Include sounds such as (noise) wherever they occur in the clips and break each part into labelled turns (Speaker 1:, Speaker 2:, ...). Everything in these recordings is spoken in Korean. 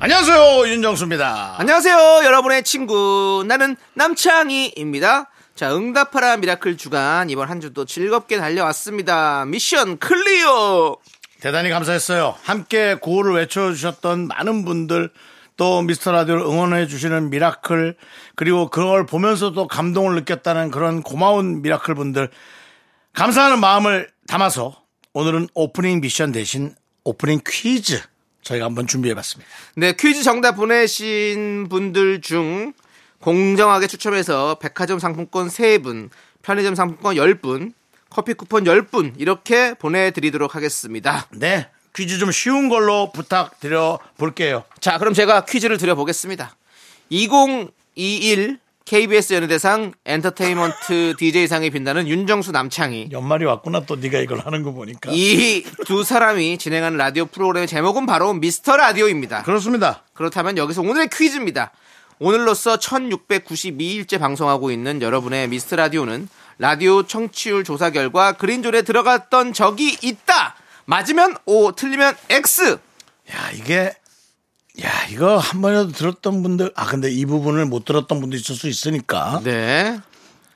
Speaker 1: 안녕하세요 윤정수입니다.
Speaker 2: 안녕하세요, 여러분의 친구. 나는 남창희입니다. 자, 응답하라 미라클 주간. 이번 한 주도 즐겁게 달려왔습니다. 미션 클리어!
Speaker 1: 대단히 감사했어요. 함께 구호를 외쳐주셨던 많은 분들 또 미스터 라디오를 응원해 주시는 미라클 그리고 그걸 보면서도 감동을 느꼈다는 그런 고마운 미라클 분들 감사하는 마음을 담아서 오늘은 오프닝 미션 대신 오프닝 퀴즈 저희가 한번 준비해봤습니다.
Speaker 2: 네, 퀴즈 정답 보내신 분들 중 공정하게 추첨해서 백화점 상품권 3분, 편의점 상품권 10분, 커피 쿠폰 10분 이렇게 보내드리도록 하겠습니다.
Speaker 1: 네 퀴즈 좀 쉬운 걸로 부탁드려 볼게요.
Speaker 2: 자, 그럼 제가 퀴즈를 드려보겠습니다. 2021 KBS 연예대상 엔터테인먼트 (laughs) DJ상에 빛나는 윤정수 남창희.
Speaker 1: 연말이 왔구나 또 네가 이걸 하는 거 보니까
Speaker 2: 이 두 사람이 진행하는 라디오 프로그램의 제목은 바로 미스터 라디오입니다.
Speaker 1: 그렇습니다.
Speaker 2: 그렇다면 여기서 오늘의 퀴즈입니다. 오늘로써 1692일째 방송하고 있는 여러분의 미스트 라디오는 라디오 청취율 조사 결과 그린존에 들어갔던 적이 있다. 맞으면 O, 틀리면 X.
Speaker 1: 야 이게 야 이거 한 번이라도 들었던 분들 아 근데 이 부분을 못 들었던 분도 있을 수 있으니까
Speaker 2: 네.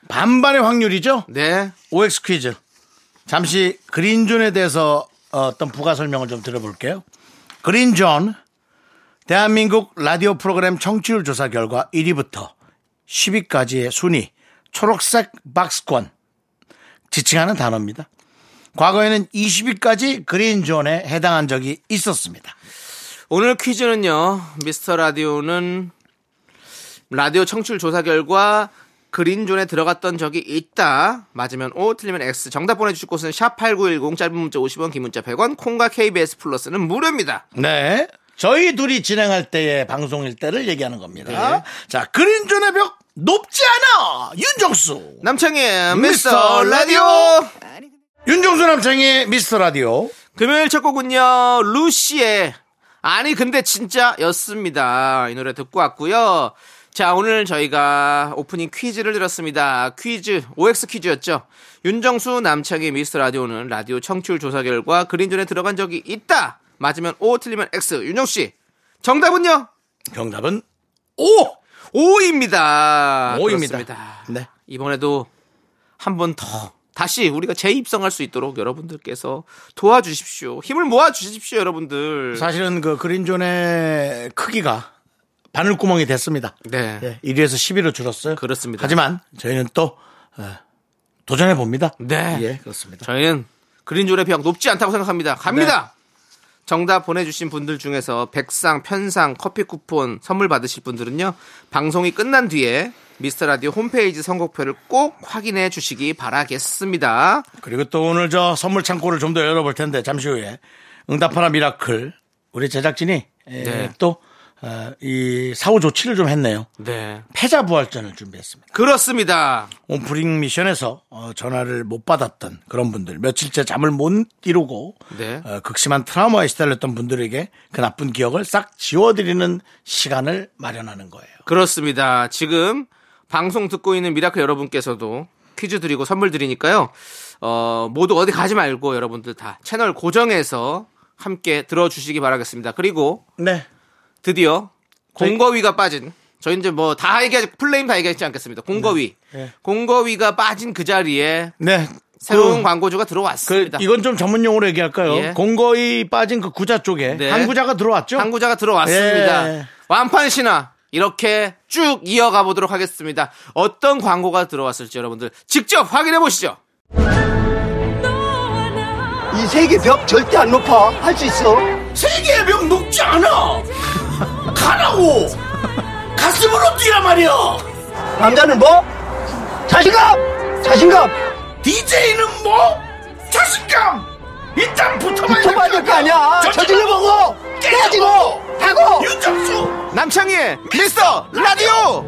Speaker 1: 반반의 확률이죠
Speaker 2: 네.
Speaker 1: OX 퀴즈 잠시 그린존에 대해서 어떤 부가 설명을 좀 들어볼게요 그린존 대한민국 라디오 프로그램 청취율 조사 결과 1위부터 10위까지의 순위 초록색 박스권 지칭하는 단어입니다 과거에는 20위까지 그린존에 해당한 적이 있었습니다
Speaker 2: 오늘 퀴즈는요. 미스터 라디오는 라디오 청취율 조사 결과 그린존에 들어갔던 적이 있다. 맞으면 O, 틀리면 X. 정답 보내주실 곳은 샵8910 짧은 문자 50원, 긴 문자 100원, 콩과 KBS 플러스는 무료입니다.
Speaker 1: 네. 저희 둘이 진행할 때의 방송일 때를 얘기하는 겁니다.
Speaker 2: 예.
Speaker 1: 자, 그린존의 벽 높지 않아! 윤정수!
Speaker 2: 남창희의
Speaker 1: 미스터
Speaker 2: 미스터 라디오
Speaker 1: 윤정수 남창의 미스터 라디오.
Speaker 2: 금요일 첫 곡은요 루시의 아니 근데 진짜 였습니다 이 노래 듣고 왔고요 자 오늘 저희가 오프닝 퀴즈를 드렸습니다 퀴즈 OX 퀴즈였죠 윤정수 남창희 미스터 라디오는 라디오 청취율 조사 결과 그린존에 들어간 적이 있다 맞으면 O 틀리면 X 윤정씨 정답은요
Speaker 1: 정답은 오! 아,
Speaker 2: O입니다
Speaker 1: O입니다.
Speaker 2: 아, 그렇습니다.
Speaker 1: 네.
Speaker 2: 이번에도 한 번 더 다시 우리가 재입성할 수 있도록 여러분들께서 도와주십시오. 힘을 모아 주십시오, 여러분들.
Speaker 1: 사실은 그 그린존의 크기가 바늘구멍이 됐습니다.
Speaker 2: 네.
Speaker 1: 예, 1위에서 10위로 줄었어요.
Speaker 2: 그렇습니다.
Speaker 1: 하지만 저희는 또 도전해 봅니다.
Speaker 2: 어. 네.
Speaker 1: 예, 그렇습니다.
Speaker 2: 저희는 그린존의 벽 높지 않다고 생각합니다.
Speaker 1: 네.
Speaker 2: 갑니다. 정답 보내주신 분들 중에서 백상, 편상, 커피 쿠폰 선물 받으실 분들은요 방송이 끝난 뒤에 미스터 라디오 홈페이지 선곡표를 꼭 확인해 주시기 바라겠습니다.
Speaker 1: 그리고 또 오늘 저 선물 창고를 좀 더 열어볼 텐데 잠시 후에 응답하라 미라클 우리 제작진이 예, 어,
Speaker 2: 네.
Speaker 1: 또이 사후 조치를 좀 했네요.
Speaker 2: 네,
Speaker 1: 패자 부활전을 준비했습니다.
Speaker 2: 그렇습니다.
Speaker 1: 온프링 미션에서 어, 전화를 못 받았던 그런 분들 며칠째 잠을 못 이루고
Speaker 2: 네.
Speaker 1: 어, 극심한 트라우마에 시달렸던 분들에게 그 나쁜 기억을 싹 지워드리는 시간을 마련하는 거예요.
Speaker 2: 그렇습니다. 지금 방송 듣고 있는 미라클 여러분께서도 퀴즈 드리고 선물 드리니까요. 어, 모두 어디 가지 말고 여러분들 다 채널 고정해서 함께 들어주시기 바라겠습니다. 그리고
Speaker 1: 네.
Speaker 2: 드디어 공거위가 빠진 저희 이제 뭐 다 얘기하지 플레임 다 얘기하지 않겠습니다. 공거위.
Speaker 1: 네.
Speaker 2: 공거위가 빠진 그 자리에
Speaker 1: 네.
Speaker 2: 새로운
Speaker 1: 그-
Speaker 2: 광고주가
Speaker 1: 그
Speaker 2: 들어왔습니다.
Speaker 1: 이건 좀 전문 용어로 얘기할까요?
Speaker 2: 예.
Speaker 1: 공거의 빠진 그 구자 쪽에
Speaker 2: 네.
Speaker 1: 한 구자가 들어왔죠?
Speaker 2: 항구자가 들어왔습니다.
Speaker 1: 예.
Speaker 2: 완판 신화 이렇게 쭉 이어가 보도록 하겠습니다. 어떤 광고가 들어왔을지 여러분들 직접 확인해 보시죠.
Speaker 3: 이 세계 벽 절대 안 높아. 할 수 있어.
Speaker 1: 세계의 벽 녹지 않아! 가라고! 가슴으로 뛰라 말이야!
Speaker 3: 남자는 뭐? 자신감! 자신감!
Speaker 1: DJ는 뭐? 자신감! 일단 붙어봐야
Speaker 3: 붙어봐야 될 거 아니야. 저질러 보고! 깨지고! 하고!
Speaker 1: 윤정수!
Speaker 2: 남창희의 미스터 라디오!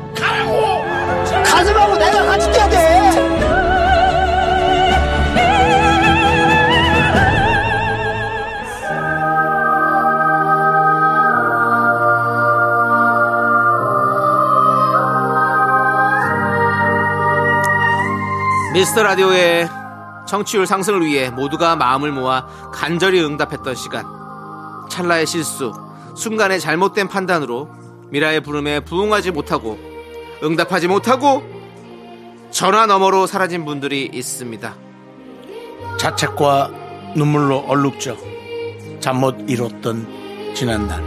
Speaker 3: 가슴하고 내가 같이 뛰어야 돼.
Speaker 2: 미스터 라디오의 청취율 상승을 위해 모두가 마음을 모아 간절히 응답했던 시간. 찰나의 실수, 순간의 잘못된 판단으로 미라의 부름에 부응하지 못하고 응답하지 못하고 전화 너머로 사라진 분들이 있습니다.
Speaker 1: 자책과 눈물로 얼룩져 잠 못 이뤘던 지난날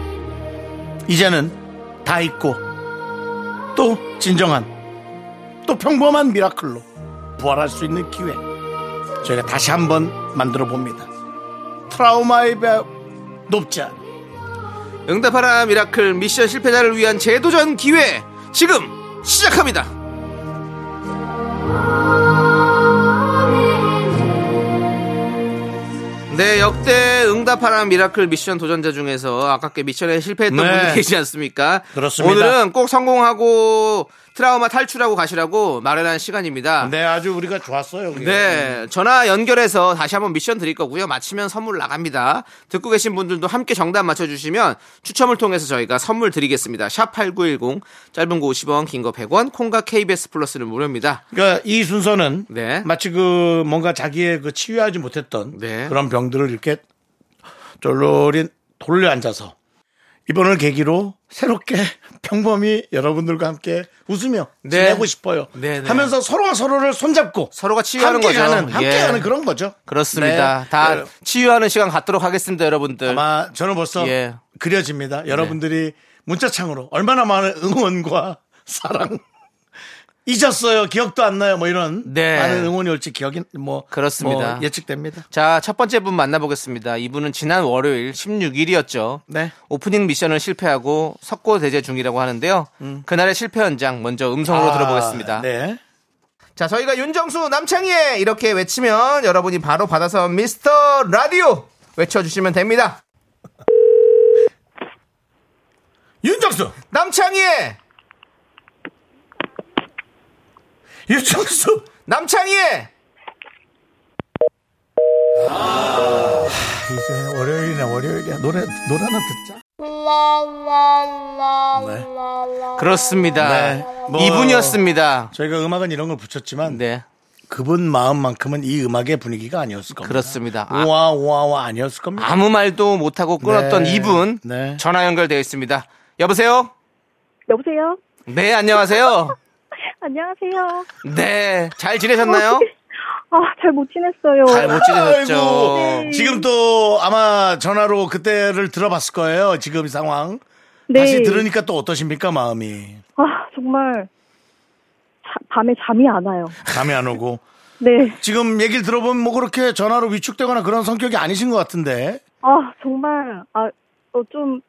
Speaker 1: 이제는 다 잊고 또 진정한 또 평범한 미라클로 부활할 수 있는 기회 저희가 다시 한번 만들어 봅니다 트라우마의 배 높지 않은
Speaker 2: 응답하라 미라클 미션 실패자를 위한 재도전 기회 지금 시작합니다. 네, 역대 응답하라 미라클 미션 도전자 중에서 아깝게 미션에 실패했던
Speaker 1: 네.
Speaker 2: 분들 계시지 않습니까?
Speaker 1: 그렇습니다.
Speaker 2: 오늘은 꼭 성공하고 트라우마 탈출하고 가시라고 마련한 시간입니다.
Speaker 1: 네 아주 우리가 좋았어요 그게.
Speaker 2: 네, 전화 연결해서 다시 한번 미션 드릴 거고요. 마치면 선물 나갑니다. 듣고 계신 분들도 함께 정답 맞춰주시면 추첨을 통해서 저희가 선물 드리겠습니다. 샵 8910, 짧은 거 50원, 긴 거 100원, 콩과 KBS 플러스는 무료입니다.
Speaker 1: 그러니까 이 순서는
Speaker 2: 네.
Speaker 1: 마치 그 뭔가 자기의 그 치유하지 못했던
Speaker 2: 네.
Speaker 1: 그런 병들을 이렇게 쫄로린 돌려 앉아서 이번을 계기로 새롭게 (laughs) 평범히 여러분들과 함께 웃으며
Speaker 2: 네.
Speaker 1: 지내고 싶어요.
Speaker 2: 네, 네.
Speaker 1: 하면서 서로가 서로를 손잡고
Speaker 2: 서로가 치유하는
Speaker 1: 함께
Speaker 2: 거죠.
Speaker 1: 가는 함께
Speaker 2: 예.
Speaker 1: 가는 그런 거죠.
Speaker 2: 그렇습니다.
Speaker 1: 네.
Speaker 2: 다
Speaker 1: 네.
Speaker 2: 치유하는 시간 갖도록 하겠습니다, 여러분들.
Speaker 1: 아마 저는 벌써
Speaker 2: 예.
Speaker 1: 그려집니다.
Speaker 2: 네.
Speaker 1: 여러분들이 문자창으로 얼마나 많은 응원과 사랑 잊었어요. 기억도 안 나요. 뭐 이런
Speaker 2: 네.
Speaker 1: 많은 응원이 올지 기억이 뭐
Speaker 2: 그렇습니다.
Speaker 1: 뭐 예측됩니다.
Speaker 2: 자, 첫 번째 분 만나보겠습니다. 이분은 지난 월요일 16일이었죠.
Speaker 1: 네.
Speaker 2: 오프닝 미션을 실패하고 석고 대제 중이라고 하는데요. 그날의 실패 현장 먼저 음성으로 들어보겠습니다.
Speaker 1: 음. 아, 네.
Speaker 2: 자, 저희가 윤정수 남창희의 이렇게 외치면 여러분이 바로 받아서 미스터 라디오 외쳐주시면 됩니다.
Speaker 1: 윤정수,
Speaker 2: 남창희의
Speaker 1: 윤정수.
Speaker 2: 남창희의
Speaker 1: 이제 월요일이네 월요일이야 노래 노래 하나 듣자.
Speaker 2: 네. 그렇습니다.
Speaker 1: 네, 뭐-
Speaker 2: 이분이었습니다.
Speaker 1: 저희가 음악은 이런 걸 붙였지만
Speaker 2: 네,
Speaker 1: 그분 마음만큼은 이 음악의 분위기가 아니었을 겁니다.
Speaker 2: 그렇습니다. 아,
Speaker 1: 우와 우와 우와 아니었을 겁니다.
Speaker 2: 아무 말도 못하고 끊었던
Speaker 1: 네,
Speaker 2: 이분
Speaker 1: 네.
Speaker 2: 전화 연결되어 있습니다. 여보세요?
Speaker 4: 여보세요?
Speaker 2: 네, 안녕하세요.
Speaker 4: (laughs) 안녕하세요.
Speaker 2: 네,
Speaker 4: (laughs)
Speaker 2: 잘 지내셨나요?
Speaker 4: 아, 잘 못 지냈어요.
Speaker 2: 잘 못 지내셨죠.
Speaker 1: 아이고, 지금 또 아마 전화로 그때를 들어봤을 거예요. 지금 상황.
Speaker 4: 네.
Speaker 1: 다시 들으니까 또 어떠십니까 마음이
Speaker 4: 아, 정말 자- 밤에 잠이 안 와요.
Speaker 1: 감이 안 오고
Speaker 4: (laughs) 네.
Speaker 1: 지금 얘기를 들어보면 뭐 그렇게 전화로 위축되거나 그런 성격이 아니신 것 같은데
Speaker 4: 아, 정말 아, 어, 좀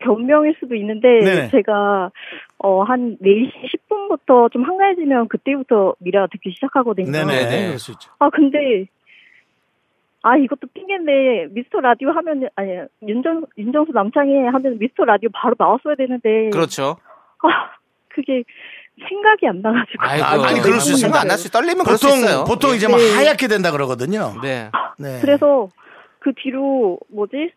Speaker 4: 변명일 수도 있는데
Speaker 1: 네네.
Speaker 4: 제가 어, 한 4시 10분부터 좀 한가해지면 그때부터 미라 듣기 시작하거든요.
Speaker 1: 네네
Speaker 2: 네.
Speaker 1: 그럴 수 있죠.
Speaker 4: 아, 근데 아, 이것도 핑계인데 미스터 라디오 하면 아니 윤정 윤정수 남창희 하면 미스터 라디오 바로 나왔어야 되는데
Speaker 2: 그렇죠.
Speaker 4: 아, 그게 생각이 안 나가지고.
Speaker 2: 아이고,
Speaker 1: 아니, 그럴 수 있습니다.
Speaker 2: 안날 수, 떨리면 그럴 수 있어요.
Speaker 1: 보통 보통 이제 막
Speaker 4: 네.
Speaker 1: 하얗게 된다 그러거든요.
Speaker 2: 네.
Speaker 1: 네.
Speaker 4: 그래서 그 뒤로 뭐지?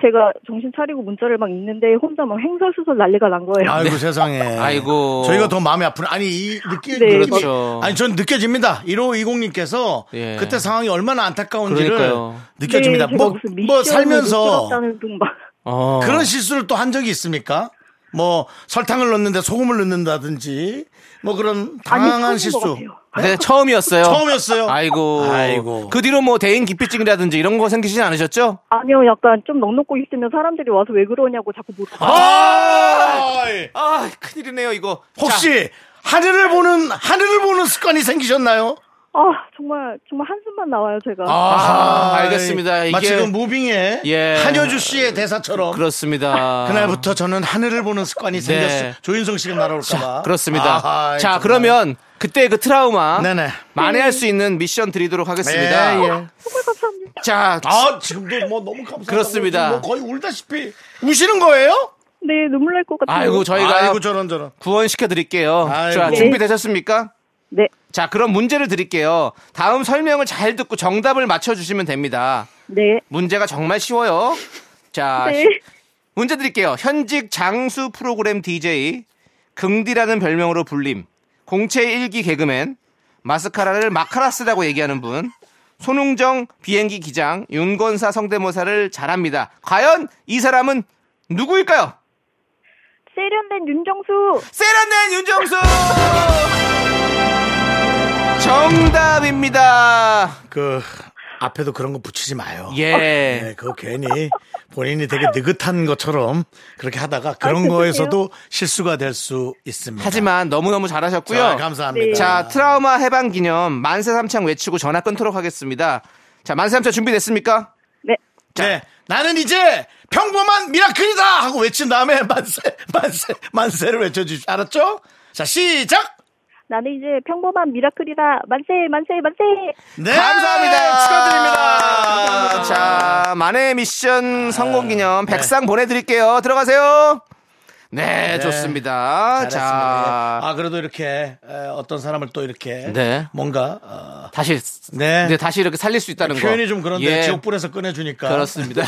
Speaker 4: 제가 정신 차리고 문자를 막 읽는데 혼자 막 횡설수설 난리가 난 거예요.
Speaker 1: 아이고 세상에.
Speaker 2: 아이고.
Speaker 1: 저희가 더 마음이 아프네. 아니 이 느끼
Speaker 4: 네,
Speaker 2: 그렇죠.
Speaker 1: 아니 전 느껴집니다. 1520님께서
Speaker 2: 예.
Speaker 1: 그때 상황이 얼마나 안타까운지를
Speaker 2: 그러니까요.
Speaker 1: 느껴집니다.
Speaker 4: 네, 제가
Speaker 1: 뭐,
Speaker 4: 무슨
Speaker 1: 뭐
Speaker 4: 미션을
Speaker 1: 살면서
Speaker 4: 못 풀었다는 둥 막.
Speaker 2: 어.
Speaker 1: 그런 실수를 또 한 적이 있습니까? 뭐 설탕을 넣는데 소금을 넣는다든지 뭐 그런
Speaker 4: 아니,
Speaker 1: 당황한
Speaker 4: 처음인 것
Speaker 1: 실수.
Speaker 4: 같아요.
Speaker 2: 네, 처음이었어요.
Speaker 1: 처음이었어요.
Speaker 2: 아이고.
Speaker 1: 아이고.
Speaker 2: 그 뒤로 뭐 대인 기피증이라든지 이런 거 생기진 않으셨죠?
Speaker 4: (laughs) 아니요, 약간 좀 넉넉고 있으면 사람들이 와서 왜 그러냐고 자꾸
Speaker 1: 아,
Speaker 4: 물어봐.
Speaker 1: 아이,
Speaker 2: 아, 큰일이네요, 이거.
Speaker 1: 혹시 하늘을 보는 하늘을 보는 습관이 생기셨나요?
Speaker 4: 아, 정말, 정말 한숨만 나와요, 제가.
Speaker 2: 아, 알겠습니다. 이게-
Speaker 1: 마치 그 무빙의
Speaker 2: 예.
Speaker 1: 한효주 씨의 대사처럼
Speaker 2: 그렇습니다.
Speaker 1: 그날부터 저는 하늘을 보는 습관이 생겼어요. 조인성 씨가 날아올까봐.
Speaker 2: 네. 그렇습니다.
Speaker 1: 아하,
Speaker 2: 자,
Speaker 1: 정말.
Speaker 2: 그러면 그때 그 트라우마
Speaker 1: 네네.
Speaker 2: 만회할 수 있는 미션 드리도록 하겠습니다.
Speaker 1: 예, 예.
Speaker 4: 정말 감사합니다.
Speaker 2: 자,
Speaker 1: 아 지금도 아, 뭐 너무 감사합니다.
Speaker 2: 그렇습니다.
Speaker 1: 뭐 거의 울다시피 우시는 거예요?
Speaker 4: 네, 눈물 날 것 같아요.
Speaker 2: 아이고 저희가
Speaker 1: 아이고 저런 저런.
Speaker 2: 구원시켜 드릴게요.
Speaker 1: 아이고.
Speaker 2: 자, 준비되셨습니까?
Speaker 4: 네.
Speaker 2: 자, 그럼 문제를 드릴게요. 다음 설명을 잘 듣고 정답을 맞춰 주시면 됩니다.
Speaker 4: 네.
Speaker 2: 문제가 정말 쉬워요. 자,
Speaker 4: 네.
Speaker 2: 시- 문제 드릴게요. 현직 장수 프로그램 DJ, 긍디라는 별명으로 불림, 공채 일기 개그맨, 마스카라를 마카라스라고 얘기하는 분, 손웅정 비행기 기장, 윤건사 성대모사를 잘합니다. 과연 이 사람은 누구일까요?
Speaker 4: 세련된 윤정수.
Speaker 2: 세련된 윤정수! 정답입니다.
Speaker 1: 그 앞에도 그런 거 붙이지 마요.
Speaker 2: 예.
Speaker 1: 네, 그거 괜히 본인이 되게 느긋한 것처럼 그렇게 하다가
Speaker 4: 아,
Speaker 1: 그런
Speaker 4: 죄송해요.
Speaker 1: 거에서도 실수가 될 수 있습니다.
Speaker 2: 네. 하지만 너무너무
Speaker 1: 자,
Speaker 2: 잘하셨고요.
Speaker 1: 감사합니다.
Speaker 4: 네.
Speaker 2: 자, 트라우마 해방 기념 만세 삼창 외치고 전화 끊도록 하겠습니다. 자, 만세 삼창 준비됐습니까?
Speaker 4: 네.
Speaker 1: 네, 나는 이제 평범한 미라클이다 하고 외친 다음에 만세, 만세, 만세를 외쳐주십시오. 알았죠? 자, 시작.
Speaker 4: 나는 이제 평범한 미라클이다. 만세, 만세, 만세.
Speaker 1: 네,
Speaker 2: 감사합니다.
Speaker 1: 축하드립니다. 네.
Speaker 2: 자, 만의 미션 성공 기념 백상 보내드릴게요. 들어가세요. 네,
Speaker 1: 잘했습니다.
Speaker 2: 좋습니다. 자,
Speaker 1: 예. 아 그래도 이렇게 에, 어떤 사람을 또 이렇게
Speaker 2: 네.
Speaker 1: 뭔가 어,
Speaker 2: 다시
Speaker 1: 네. 아,
Speaker 2: 네, 다시 이렇게 살릴 수 있다는 거.
Speaker 1: 표현이 좀 그런데
Speaker 2: 예,
Speaker 1: 지옥불에서 꺼내주니까 (laughs)
Speaker 2: 그렇습니다.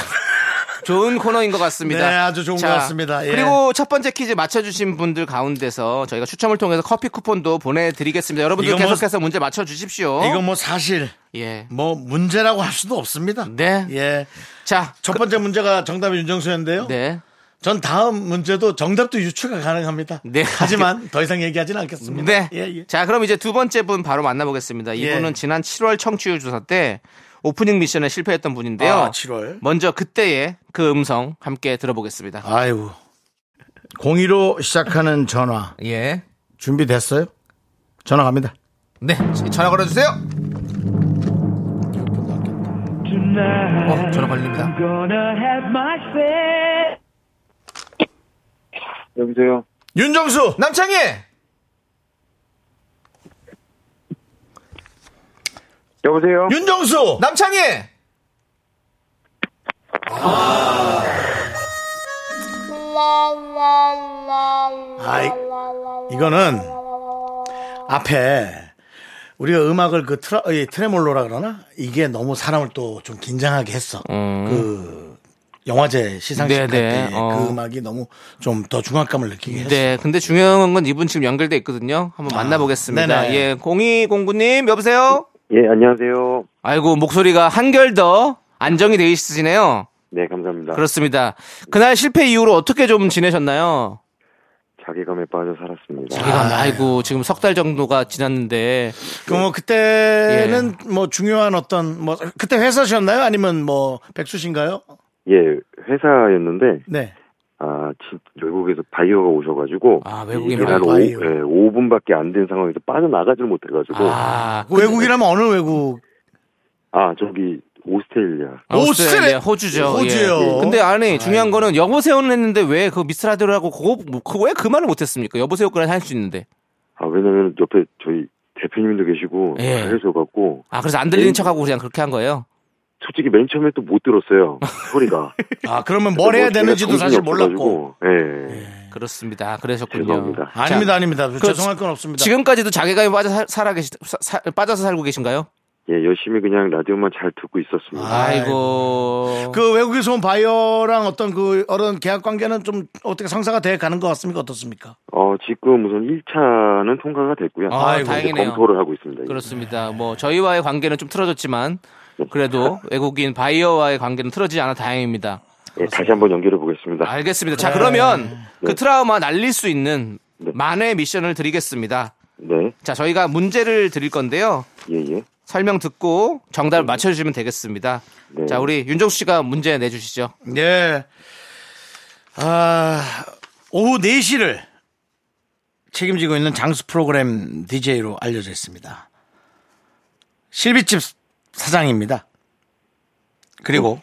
Speaker 2: 좋은 코너인 것 같습니다.
Speaker 1: 네, 아주 좋은 것 같습니다. 예.
Speaker 2: 그리고 첫 번째 퀴즈 맞춰주신 분들 가운데서 저희가 추첨을 통해서 커피 쿠폰도 보내드리겠습니다. 여러분들
Speaker 1: 이거 뭐-
Speaker 2: 계속해서 문제 맞춰주십시오.
Speaker 1: 이거 뭐 사실
Speaker 2: 예.
Speaker 1: 뭐 문제라고 할 수도 없습니다.
Speaker 2: 네.
Speaker 1: 예.
Speaker 2: 자, 그
Speaker 1: 첫 번째 문제가 정답이 윤정수였는데요.
Speaker 2: 네.
Speaker 1: 전 다음 문제도 정답도 유추가 가능합니다.
Speaker 2: 네.
Speaker 1: 하지만 더 이상 얘기하지는 않겠습니다.
Speaker 2: 네.
Speaker 1: 예, 예.
Speaker 2: 자, 그럼 이제 두 번째 분 바로 만나보겠습니다. 이분은
Speaker 1: 예.
Speaker 2: 지난 7월 청취율 조사 때 오프닝 미션에 실패했던 분인데요.
Speaker 1: 아, 7월.
Speaker 2: 먼저 그때의 그 음성 함께 들어보겠습니다.
Speaker 1: 아이고. 02로 시작하는
Speaker 2: (laughs)
Speaker 1: 전화
Speaker 2: 예.
Speaker 1: 준비됐어요? 전화 갑니다.
Speaker 2: 네. 전화 걸어주세요. 어,
Speaker 1: 어,
Speaker 2: 전화 걸립니다.
Speaker 5: 여보세요.
Speaker 1: 윤정수.
Speaker 2: 남창희!
Speaker 5: 여보세요.
Speaker 1: 윤정수.
Speaker 2: 남창희!
Speaker 1: 아이, 이거는 앞에 우리가 음악을 그 트라, 이 트레몰로라 그러나 이게 너무 사람을 또 좀 긴장하게 했어. 그 영화제 시상식 할 때
Speaker 2: 네네,
Speaker 1: 그
Speaker 2: 어.
Speaker 1: 음악이 너무 좀 더 중압감을 느끼게 했어.
Speaker 2: 네, 근데 중요한 건 이분 지금 연결돼 있거든요. 한번 만나보겠습니다.
Speaker 1: 아. 네네.
Speaker 2: 예, 0209님, 여보세요?
Speaker 5: 예, 안녕하세요.
Speaker 2: 아이고, 목소리가 한결 더 안정이 돼 있으시네요.
Speaker 5: 네, 감사합니다.
Speaker 2: 그렇습니다. 그날 실패 이후로 어떻게 좀 지내셨나요?
Speaker 5: 자괴감에 빠져 살았습니다.
Speaker 2: 아, 아이고, 지금 석 달 정도가 지났는데.
Speaker 1: 그뭐 그때는
Speaker 2: 예.
Speaker 1: 뭐 중요한 어떤 뭐 그때 회사셨나요? 아니면 뭐 백수신가요?
Speaker 5: 예, 회사였는데
Speaker 1: 네.
Speaker 5: 아, 진, 외국에서 바이어가 오셔가지고
Speaker 2: 아, 외국인
Speaker 5: 한
Speaker 1: 바이어.
Speaker 5: 오, 예, 5분밖에 안 된 상황에서 빠져나가질 못해가지고 아,
Speaker 2: 아,
Speaker 1: 그 외국이라면 어느 외국?
Speaker 5: 저기 오스트레일리아.
Speaker 2: 오스트레일리아 네,
Speaker 1: 오스트레일리아,
Speaker 2: 호주죠.
Speaker 1: 호주예요.
Speaker 2: 예. 근데 안에 중요한 거는 여보세요는 했는데 왜 그 미스라디오라고 그왜그 말을 못했습니까? 여보세요까지 할 수 있는데.
Speaker 5: 아, 왜냐면 옆에 저희 대표님도 계시고
Speaker 2: 예.
Speaker 5: 하셔갖고
Speaker 2: 아 그래서 안
Speaker 5: 음.
Speaker 2: 들리는 척하고 그냥 그렇게 한 거예요.
Speaker 5: 솔직히 맨 처음에 또 못 들었어요 소리가.
Speaker 1: 아 그러면 (laughs) 뭘 해야
Speaker 5: 제가
Speaker 1: 되는지도
Speaker 5: 정신이
Speaker 1: 사실
Speaker 5: 뭐 없어가지고.
Speaker 1: 몰랐고.
Speaker 5: 예,
Speaker 2: 그렇습니다. 그러셨군요.
Speaker 5: 죄송합니다.
Speaker 2: 자, 그
Speaker 1: 아닙니다, 아닙니다. 죄송할 건 없습니다.
Speaker 2: 지금까지도 자괴감에 빠져 살- 살아 계시 사- 사- 빠져서 살고 계신가요?
Speaker 5: 예, 열심히 그냥 라디오만 잘 듣고 있었습니다.
Speaker 2: 아이고.
Speaker 1: 그 외국에서 온 바이어랑 어떤 그 어른 계약 관계는 좀 어떻게 상사가 돼 가는 것 같습니까? 어떻습니까?
Speaker 5: 어, 지금 우선 1차는 통과가 됐고요.
Speaker 2: 아,
Speaker 5: 이제
Speaker 2: 다행이네요.
Speaker 5: 검토를 하고 있습니다. 예, 이제.
Speaker 2: 그렇습니다. 뭐 저희와의 관계는 좀 틀어졌지만 그래도 외국인 바이어와의 관계는 틀어지지 않아 다행입니다.
Speaker 5: 예, 다시 한번 연결해 보겠습니다.
Speaker 2: 알겠습니다.
Speaker 1: 네.
Speaker 2: 자 그러면 그 트라우마 날릴 수 있는
Speaker 5: 네.
Speaker 2: 만의 미션을 드리겠습니다.
Speaker 5: 네,
Speaker 2: 자 저희가 문제를 드릴 건데요.
Speaker 5: 예, 예.
Speaker 2: 설명 듣고 정답을 맞춰주시면 되겠습니다.
Speaker 5: 네.
Speaker 2: 자 우리 윤정수 씨가 문제 내주시죠.
Speaker 1: 예. 아, 오후 4시를 책임지고 있는 장수 프로그램 DJ로 알려져 있습니다. 실비집 사장입니다. 그리고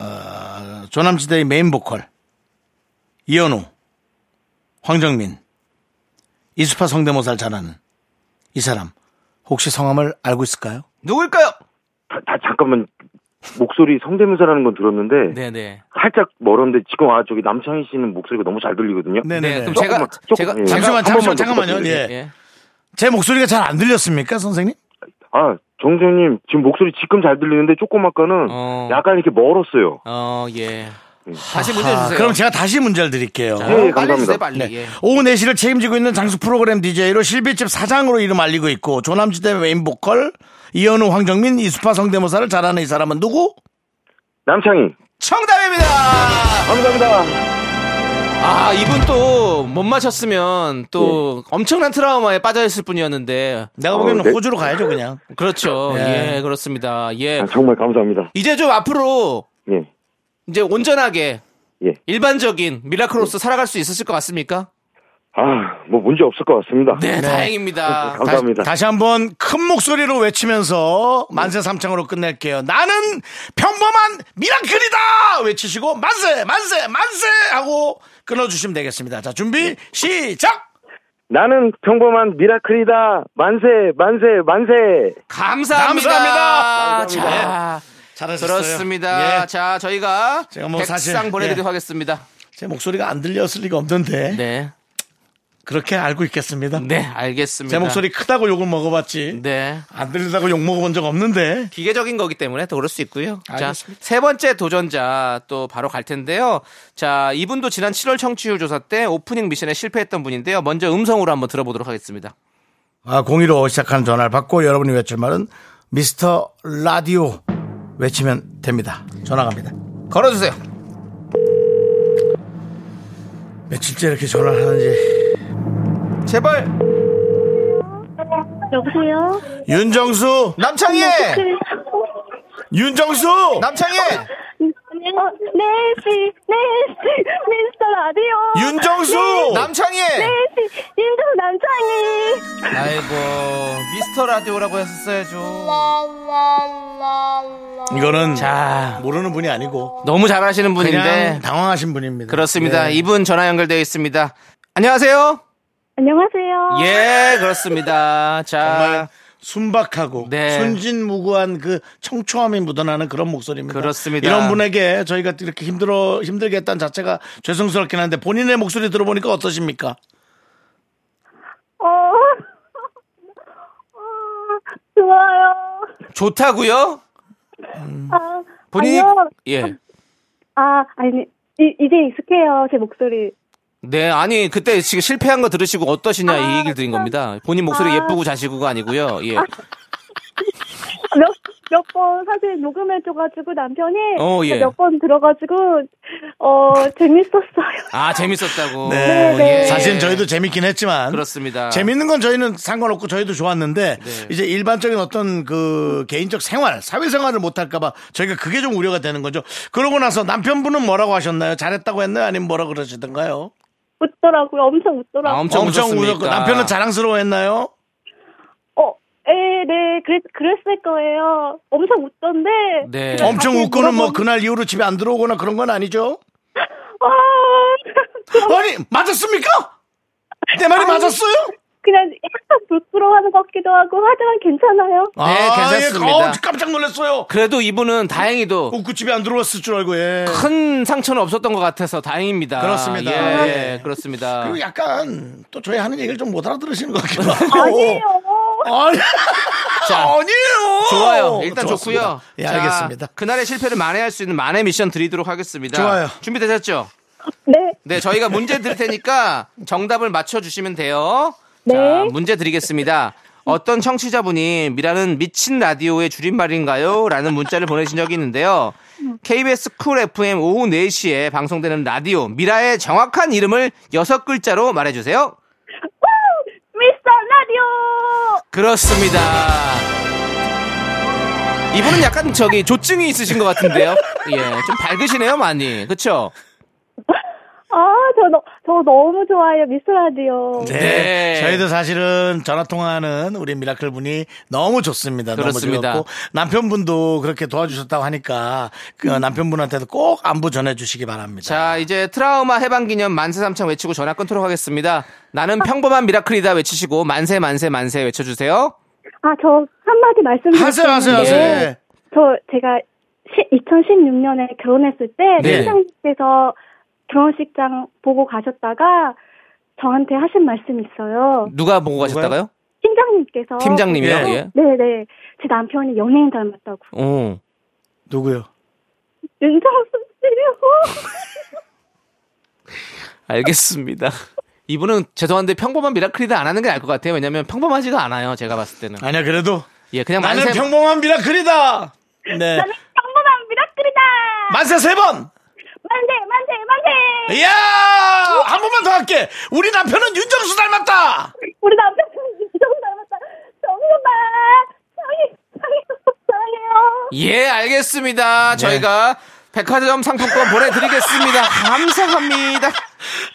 Speaker 1: 어, 조남지대의 메인 보컬 이현우, 황정민, 이수파 성대모사를 잘하는 이 사람 혹시 성함을 알고 있을까요?
Speaker 2: 누구일까요?
Speaker 5: 다, 다 잠깐만 목소리 성대묘사라는 건 들었는데
Speaker 2: 네네.
Speaker 5: 살짝 멀었는데 지금 아 저기 남창희 씨는 목소리가 너무 잘 들리거든요.
Speaker 1: 네네.
Speaker 2: 네,
Speaker 1: 네,
Speaker 2: 그럼
Speaker 5: 조금만-
Speaker 2: 제가
Speaker 5: 조금-
Speaker 2: 제가
Speaker 5: 예.
Speaker 1: 잠시만,
Speaker 5: 한 번만
Speaker 1: 잠시만,
Speaker 5: 더
Speaker 1: 잠깐만요.
Speaker 5: 부탁드립니다.
Speaker 1: 예.
Speaker 2: 예.
Speaker 1: 제 목소리가 잘 안 들렸습니까, 선생님?
Speaker 5: 아 정수님 지금 목소리 지금 잘 들리는데 조금 아까는
Speaker 2: 어.
Speaker 5: 약간 이렇게 멀었어요.
Speaker 2: 어, 예. 다시 문제
Speaker 1: 아,
Speaker 2: 주세요.
Speaker 1: 그럼 제가 다시 문제를 드릴게요.
Speaker 2: 어,
Speaker 5: 예, 예,
Speaker 2: 빨리
Speaker 5: 감사합니다.
Speaker 2: 주세요, 빨리.
Speaker 1: 네.
Speaker 2: 예.
Speaker 1: 오후 4시를 책임지고 있는 장수 프로그램 DJ로 실비집 사장으로 이름 알리고 있고 조남지대 메인 보컬 이현우 황정민 이수파 성대모사를 잘하는 이 사람은 누구?
Speaker 5: 남창희
Speaker 2: 정답입니다.
Speaker 5: 감사합니다.
Speaker 2: 아, 이분 또 못 맞췄으면 또 엄청난 트라우마에 빠져 있을 분이었는데.
Speaker 1: 내가
Speaker 5: 예. 어,
Speaker 1: 보기에는
Speaker 5: 네.
Speaker 1: 호주로 가야죠 그냥.
Speaker 2: 그렇죠.
Speaker 1: 예.
Speaker 2: 예, 그렇습니다. 예.
Speaker 5: 아, 정말 감사합니다.
Speaker 2: 이제 좀 앞으로
Speaker 5: 예
Speaker 2: 이제 온전하게
Speaker 5: 예.
Speaker 2: 일반적인 미라클로서 살아갈 수 있으실 것 같습니까?
Speaker 5: 아 뭐 문제 없을 것 같습니다.
Speaker 2: 네, 다행입니다.
Speaker 5: 감사합니다.
Speaker 1: 다시 한번 큰 목소리로 외치면서 만세 삼창으로 끝낼게요. 나는 평범한 미라클이다 외치시고 만세 만세 만세 하고 끊어주시면 되겠습니다. 자
Speaker 2: 네.
Speaker 1: 준비 시작.
Speaker 5: 나는 평범한 미라클이다. 만세, 만세, 만세.
Speaker 2: 감사합니다.
Speaker 1: 감사합니다.
Speaker 2: 아, 자,
Speaker 1: 잘하셨어요.
Speaker 2: 그렇습니다.
Speaker 1: 예.
Speaker 2: 자, 저희가
Speaker 1: 제가 뭐
Speaker 2: 백상
Speaker 1: 사실,
Speaker 2: 보내드리도록
Speaker 1: 예.
Speaker 2: 하겠습니다.
Speaker 1: 제 목소리가 안 들렸을 리가 없는데
Speaker 2: 네,
Speaker 1: 그렇게 알고 있겠습니다.
Speaker 2: 네, 알겠습니다.
Speaker 1: 제 목소리 크다고 욕을 먹어봤지
Speaker 2: 네.
Speaker 1: 안 들린다고 욕 먹어본 적 없는데
Speaker 2: 기계적인 거기 때문에 또 그럴 수 있고요.
Speaker 1: 알겠습니다.
Speaker 2: 자, 세 번째 도전자 또 바로 갈 텐데요. 자, 이분도 지난 7월 청취율 조사 때 오프닝 미션에 실패했던 분인데요. 먼저 음성으로 한번 들어보도록 하겠습니다.
Speaker 1: 아, 015 시작하는 전화를 받고 여러분이 외칠 말은 미스터 라디오 외치면 됩니다. 전화 갑니다.
Speaker 2: 걸어주세요.
Speaker 1: 며칠째 이렇게 전화를 하는지
Speaker 2: 제발
Speaker 4: 여보세요?
Speaker 1: 윤정수
Speaker 2: 남창희의
Speaker 1: 윤정수
Speaker 2: 남창희
Speaker 4: 어, 네시, 네시, 미스터 라디오. 네.
Speaker 1: 윤정수
Speaker 2: 남창희
Speaker 4: 네시, 윤정 남창희.
Speaker 2: 아이고 미스터 라디오라고 했었어야죠.
Speaker 1: 이거는
Speaker 2: 자
Speaker 1: 모르는 분이 아니고
Speaker 2: 너무 잘하시는
Speaker 1: 그냥
Speaker 2: 분인데
Speaker 1: 당황하신 분입니다.
Speaker 2: 그렇습니다.
Speaker 1: 네.
Speaker 2: 이분 전화 연결되어 있습니다. 안녕하세요.
Speaker 4: 안녕하세요.
Speaker 2: 예 그렇습니다. 자
Speaker 1: 정말 순박하고
Speaker 2: 네.
Speaker 1: 순진무구한 그 청초함이 묻어나는 그런 목소리입니다.
Speaker 2: 그렇습니다.
Speaker 1: 이런 분에게 저희가 또 이렇게 힘들어 힘들게 했다는 자체가 죄송스럽긴 한데 본인의 목소리 들어보니까 어떠십니까?
Speaker 4: 어, (laughs) 어, 좋아요.
Speaker 2: 좋다고요? 음.
Speaker 4: 아,
Speaker 2: 본인이
Speaker 4: 아니요.
Speaker 2: 예.
Speaker 4: 아, 아니, 이, 이제 익숙해요. 제 목소리.
Speaker 2: 네, 아니 그때 지금 실패한 거 들으시고 어떠시냐 이
Speaker 4: 아,
Speaker 2: 얘기를 드린 겁니다. 본인 목소리
Speaker 4: 아.
Speaker 2: 예쁘고 자시고가 아니고요. 예.
Speaker 4: 몇, 몇 번 사실 녹음해줘가지고 남편이
Speaker 2: 어, 예.
Speaker 4: 몇 번 들어가지고, 어, 재밌었어요.
Speaker 2: 아, 재밌었다고. 예.
Speaker 1: 네,
Speaker 4: 네.
Speaker 1: 사실 저희도 재밌긴 했지만
Speaker 2: 그렇습니다.
Speaker 1: 재밌는 건 저희는 상관없고 저희도 좋았는데
Speaker 2: 네.
Speaker 1: 이제 일반적인 어떤 그 개인적 생활, 사회생활을 못 할까봐 저희가 그게 좀 우려가 되는 거죠. 그러고 나서 남편분은 뭐라고 하셨나요? 잘했다고 했나요? 아니면 뭐라 그러시던가요?
Speaker 4: 웃더라고요. 엄청 웃더라고요.
Speaker 2: 아, 엄청, 웃었습니까?
Speaker 1: 웃었고 남편은 자랑스러워했나요?
Speaker 4: 어, 에, 네, 그랬, 그랬을 거예요. 엄청 웃던데.
Speaker 2: 네.
Speaker 4: 그냥
Speaker 1: 엄청
Speaker 4: 다시
Speaker 1: 웃고는 뭐
Speaker 4: 물어보니-
Speaker 1: 그날 이후로 집에 안 들어오거나 그런 건 아니죠?
Speaker 4: 아,
Speaker 1: 아니 맞았습니까? 내 말이 맞았어요?
Speaker 4: 그냥 약간 부끄러워하는 것 같기도 하고, 하지만 괜찮아요.
Speaker 2: 네, 괜찮습니다.
Speaker 1: 예, 어우, 깜짝 놀랐어요.
Speaker 2: 그래도 이분은 다행히도
Speaker 1: 웃고 집에 안 들어왔을 줄 알고 예.
Speaker 2: 큰 상처는 없었던 것 같아서 다행입니다.
Speaker 1: 그렇습니다.
Speaker 2: 예, 예,
Speaker 1: 네.
Speaker 2: 그렇습니다.
Speaker 1: 그리고 약간 또 저희 하는 얘기를 좀 못 알아들으시는 것 같기도 하고.
Speaker 4: 아니에요.
Speaker 1: 아니,
Speaker 2: 자,
Speaker 1: (laughs) 아니에요.
Speaker 2: 좋아요. 일단
Speaker 1: 좋았습니다.
Speaker 2: 좋고요.
Speaker 1: 예,
Speaker 2: 자,
Speaker 1: 알겠습니다.
Speaker 2: 그날의 실패를 만회할 수 있는 만회 미션 드리도록 하겠습니다.
Speaker 1: 좋아요.
Speaker 2: 준비되셨죠?
Speaker 4: 네.
Speaker 2: 네, 저희가 문제 드릴
Speaker 1: (laughs)
Speaker 2: 테니까 정답을 맞춰주시면 돼요.
Speaker 4: 네.
Speaker 2: 자, 문제 드리겠습니다. 어떤 청취자분이 미라는 미친 라디오의 줄임말인가요? 라는 문자를 보내신 적이 있는데요. KBS 쿨 FM 오후 4시에 방송되는 라디오 미라의 정확한 이름을 여섯 글자로 말해주세요.
Speaker 4: 우! 미스터 라디오!
Speaker 2: 그렇습니다. 이분은 약간 저기 조증이 있으신 것 같은데요. 예, 좀 밝으시네요, 많이. 그쵸?
Speaker 4: 아, 저, 너, 저 너무 좋아요. 미스터 라디오.
Speaker 1: 네.
Speaker 2: 네.
Speaker 1: 저희도 사실은 전화 통화하는 우리 미라클 분이 너무 좋습니다.
Speaker 2: 그렇습니다.
Speaker 1: 너무 즐겁고 남편분도 그렇게 도와주셨다고 하니까 그 남편분한테도 꼭 안부 전해주시기 바랍니다.
Speaker 2: 자, 이제 트라우마 해방 기념 만세 삼창 외치고 전화 끊도록 하겠습니다. 나는 평범한 미라클이다 외치시고 만세 만세 만세 외쳐주세요. 예.
Speaker 4: 아, 저 한마디 말씀드릴게요.
Speaker 2: 네.
Speaker 1: 네. 하세요, 하세요, 하세요.
Speaker 4: 저 제가
Speaker 6: 2016년에 결혼했을 때
Speaker 1: 네.
Speaker 6: 팀장님께서 결혼식장 보고 가셨다가 저한테 하신 말씀이 있어요.
Speaker 2: 누가 보고 가셨다가요?
Speaker 6: 팀장님께서
Speaker 2: 팀장님이요.
Speaker 1: 예.
Speaker 2: 예.
Speaker 6: 네네 제 남편이 연예인 닮았다고
Speaker 2: 오.
Speaker 1: 누구요?
Speaker 6: 윤정수 씨요.
Speaker 2: 알겠습니다. 이분은 죄송한데 평범한 미라클이다 안 하는 게 나을 것 같아요. 왜냐면 평범하지가 않아요. 제가 봤을 때는.
Speaker 1: 아니야 그래도
Speaker 2: 예, 그냥
Speaker 1: 나는
Speaker 2: 만세
Speaker 1: 평범한 미라클이다. 네.
Speaker 6: 평범한 미라클이다.
Speaker 1: 만세 세 번.
Speaker 6: 만세 만세 만세.
Speaker 1: 이야 한 번만 더 할게. 우리 남편은 윤정수 닮았다.
Speaker 6: 우리 남편 윤정수 닮았다. 정수봐 정이 정이 정이요.
Speaker 2: 예,
Speaker 1: 네.
Speaker 2: 알겠습니다. 저희가 백화점
Speaker 1: (laughs)
Speaker 2: 상품권 보내드리겠습니다. 감사합니다.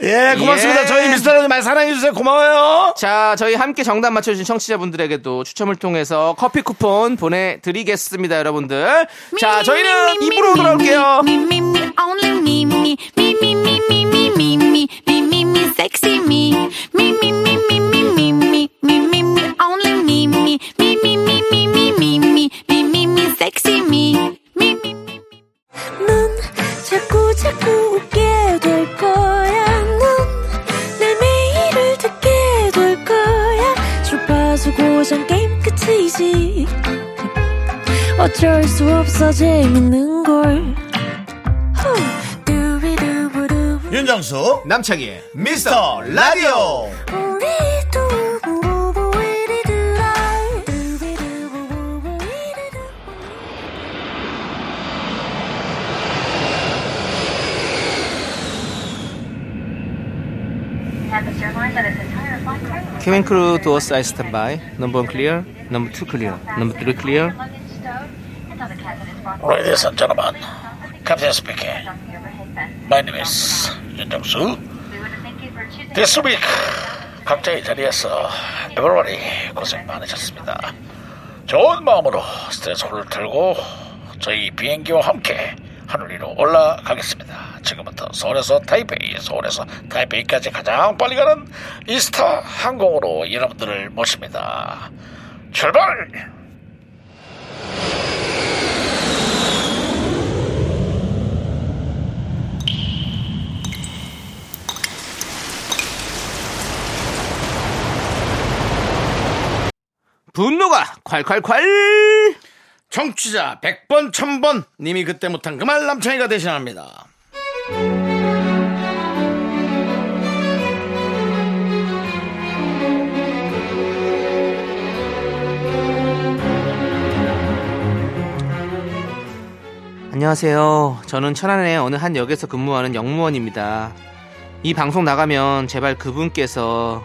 Speaker 1: 예 고맙습니다.
Speaker 2: 예.
Speaker 1: 저희 미스터라디 많이 사랑해 주세요. 고마워요.
Speaker 2: 자, 저희 함께 정답 맞춰주신 청취자분들에게도 추첨을 통해서 커피 쿠폰 보내드리겠습니다, 여러분들. 자, 저희는 입으로 돌아올게요.
Speaker 7: Me, me, me, only me, me, me, me, me, me, me, me, me, me, me, me, sexy me. Me, me, me, me, me, me, me, me, me, me, only me, me, me, me, me, me, me, me, me, me, me, me, sexy me. Me, me, me, me. 넌 자꾸, 자꾸 웃게 될 거야. 넌내 매일을 듣게 될 거야. 주파수 고정 게임 끝이지. 어쩔 수 없어 재밌는 걸
Speaker 1: 윤정수
Speaker 2: 남창희의
Speaker 1: 미스터 라디오.
Speaker 2: 케빈 크루 도어 사이 스탠바이 넘버 1 클리어 넘버 2 클리어 넘버 3 클리어
Speaker 1: Ladies and gentlemen, Captain speaking. My name is 윤정수. This week 각자 의 자리에서 everybody 고생 많으셨습니다. 좋은 마음으로 스트레스를 들고 저희 비행기와 함께 하늘 위로 올라가겠습니다. 지금부터 서울에서 타이페이, 서울에서 타이페이까지 가장 빨리 가는 이스타 항공으로 여러분들을 모십니다. 출발!
Speaker 2: 분노가 콸콸콸
Speaker 1: 정취자 100번 1000번 님이 그때 못한 그 말 남창이가 대신합니다.
Speaker 2: 안녕하세요. 저는 천안의 어느 한 역에서 근무하는 영무원입니다. 이 방송 나가면 제발 그분께서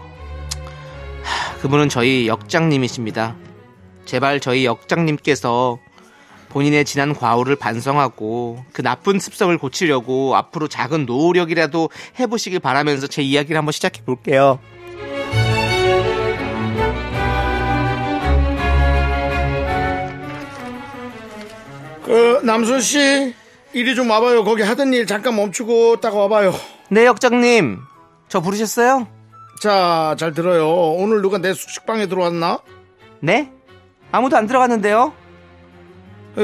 Speaker 2: 하, 그분은 저희 역장님이십니다. 제발 저희 역장님께서 본인의 지난 과오를 반성하고 그 나쁜 습성을 고치려고 앞으로 작은 노력이라도 해보시길 바라면서 제 이야기를 한번 시작해 볼게요.
Speaker 1: 그 남순 씨 이리 좀 와봐요. 거기 하던 일 잠깐 멈추고 딱 와봐요.
Speaker 2: 네, 역장님. 저 부르셨어요?
Speaker 1: 자, 잘 들어요. 오늘 누가 내 숙식방에 들어왔나?
Speaker 2: 네? 아무도 안 들어갔는데요?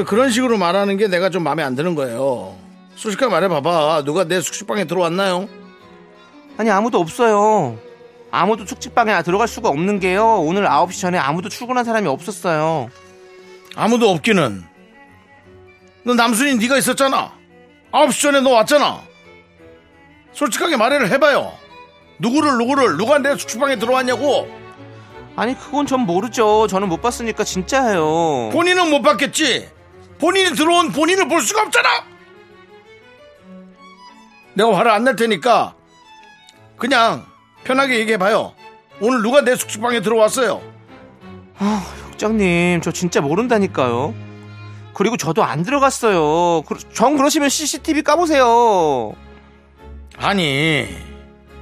Speaker 1: 그런 식으로 말하는 게 내가 좀 마음에 안 드는 거예요. 솔직하게 말해봐봐. 누가 내 숙식방에 들어왔나요?
Speaker 2: 아니 아무도 없어요. 아무도 축직방에 들어갈 수가 없는 게요. 오늘 9시 전에 아무도 출근한 사람이 없었어요.
Speaker 1: 아무도 없기는. 너 남순이 네가 있었잖아. 아홉 시 전에 너 왔잖아. 솔직하게 말을 해봐요. 누구를 누구를 누가 내 숙식방에 들어왔냐고.
Speaker 2: 아니 그건 전 모르죠. 저는 못 봤으니까 진짜예요.
Speaker 1: 본인은 못 봤겠지. 본인이 들어온 본인을 볼 수가 없잖아. 내가 화를 안 낼 테니까 그냥 편하게 얘기해 봐요. 오늘 누가 내 숙식방에 들어왔어요?
Speaker 2: 국장님 저 진짜 모른다니까요. 그리고 저도 안 들어갔어요. 그- 정 그러시면 CCTV 까보세요.
Speaker 1: 아니